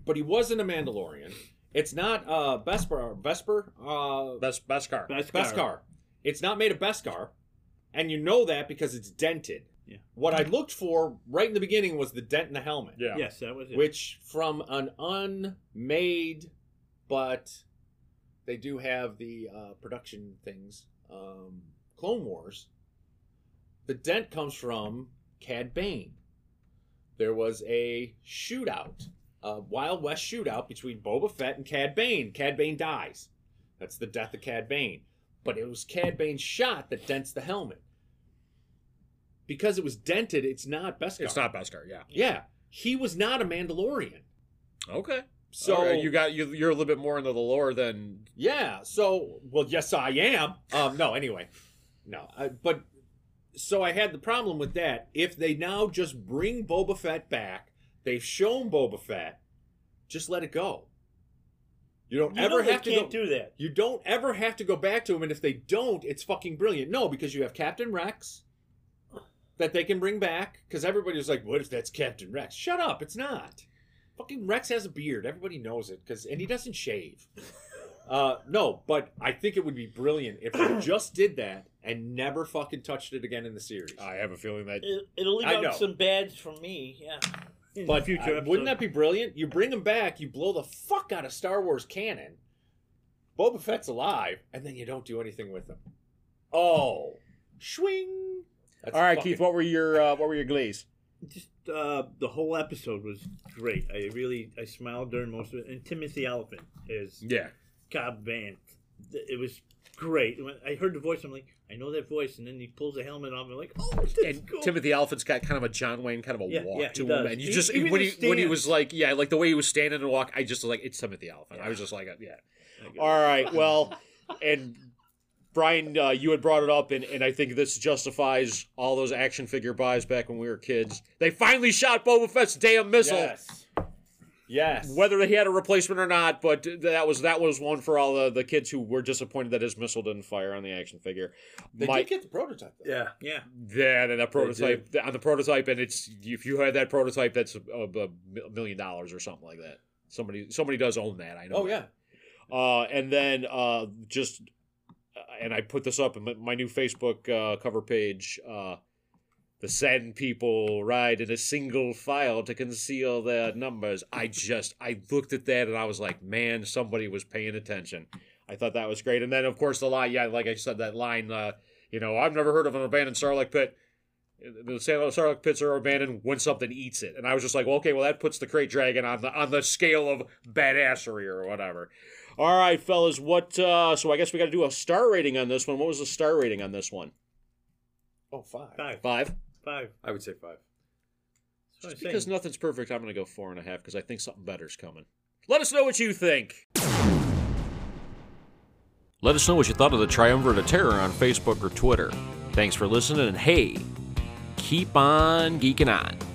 but he wasn't a Mandalorian. It's not uh, Vesper. Vesper. Uh, Best best car. Beskar. It's not made of Beskar, and you know that because it's dented. Yeah. What I looked for right in the beginning was the dent in the helmet, Yeah. Yes, that was it. which from an unmade, but they do have the uh, production things, um, Clone Wars. The dent comes from Cad Bane. There was a shootout, a Wild West shootout between Boba Fett and Cad Bane. Cad Bane dies. That's the death of Cad Bane. but it was Cad Bane's shot that dents the helmet. Because it was dented, it's not Beskar. It's not Beskar, yeah. Yeah, he was not a Mandalorian. Okay. So All right, you got you, you're a little bit more into the lore than Yeah. So, well, yes, I am. Um, no, anyway, no. I, but so I had the problem with that. If they now just bring Boba Fett back, they've shown Boba Fett. Just let it go. You don't You ever know they have to can't go, do that. You don't ever have to go back to him, and if they don't, it's fucking brilliant. No, because you have Captain Rex that they can bring back. Because everybody was like, "What if that's Captain Rex?" Shut up, it's not. Fucking Rex has a beard. Everybody knows it, because and he doesn't shave. Uh, no, but I think it would be brilliant if they just did that and never fucking touched it again in the series. I have a feeling that It, it'll leave I out know. some bads from me. Yeah. In but the future, uh, episode. wouldn't that be brilliant? You bring him back, you blow the fuck out of Star Wars canon. Boba Fett's alive, and then you don't do anything with him. Oh, swing! That's All right, fucking- Keith, what were your uh, what were your glaze? just uh, the whole episode was great. I really I smiled during most of it. And Timothy Elephant is Yeah. Cobb Van. It was great. When I heard the voice, I'm like, I know that voice. And then he pulls the helmet off. and I'm like, oh, that's And cool. Timothy Elephant's got kind of a John Wayne kind of a Yeah, walk yeah, he to him, does. and you He- just even when the he when he stance. was like, yeah, like the way he was standing and walk, I just was like it's Timothy Elephant. I was just like, yeah. All right, well, and Brian, uh, you had brought it up, and, and I think this justifies all those action figure buys back when we were kids. They finally shot Boba Fett's damn missile. Yes. Yes. Whether he had a replacement or not, but that was that was one for all the, the kids who were disappointed that his missile didn't fire on the action figure. they My- did get the prototype. Though. Yeah, yeah. Yeah, and that prototype on the prototype, and it's if you had that prototype, that's a, a, a million dollars or something like that. Somebody somebody does own that. I know. Oh that. yeah. Uh, and then uh, just uh, and I put this up in my, my new Facebook uh, cover page. Uh, the Sand people ride in a single file to conceal their numbers. I just I looked at that and I was like, man, somebody was paying attention. I thought that was great. And then of course the line, yeah, like I said, that line. Uh, you know, I've never heard of an abandoned Sarlacc pit. The Sand- Sarlacc pits are abandoned when something eats it. And I was just like, well, okay, well that puts the crate dragon on the on the scale of badassery or whatever. All right, fellas, what? Uh, so I guess we got to do a star rating on this one. What was the star rating on this one? Oh five. Five. Five. Five. I would say five. That's what I'm Because saying. nothing's perfect, I'm going to go four and a half because I think something better's coming. Let us know what you think. Let us know what you thought of the Triumvirate of Terror on Facebook or Twitter. Thanks for listening, and hey, keep on geeking on.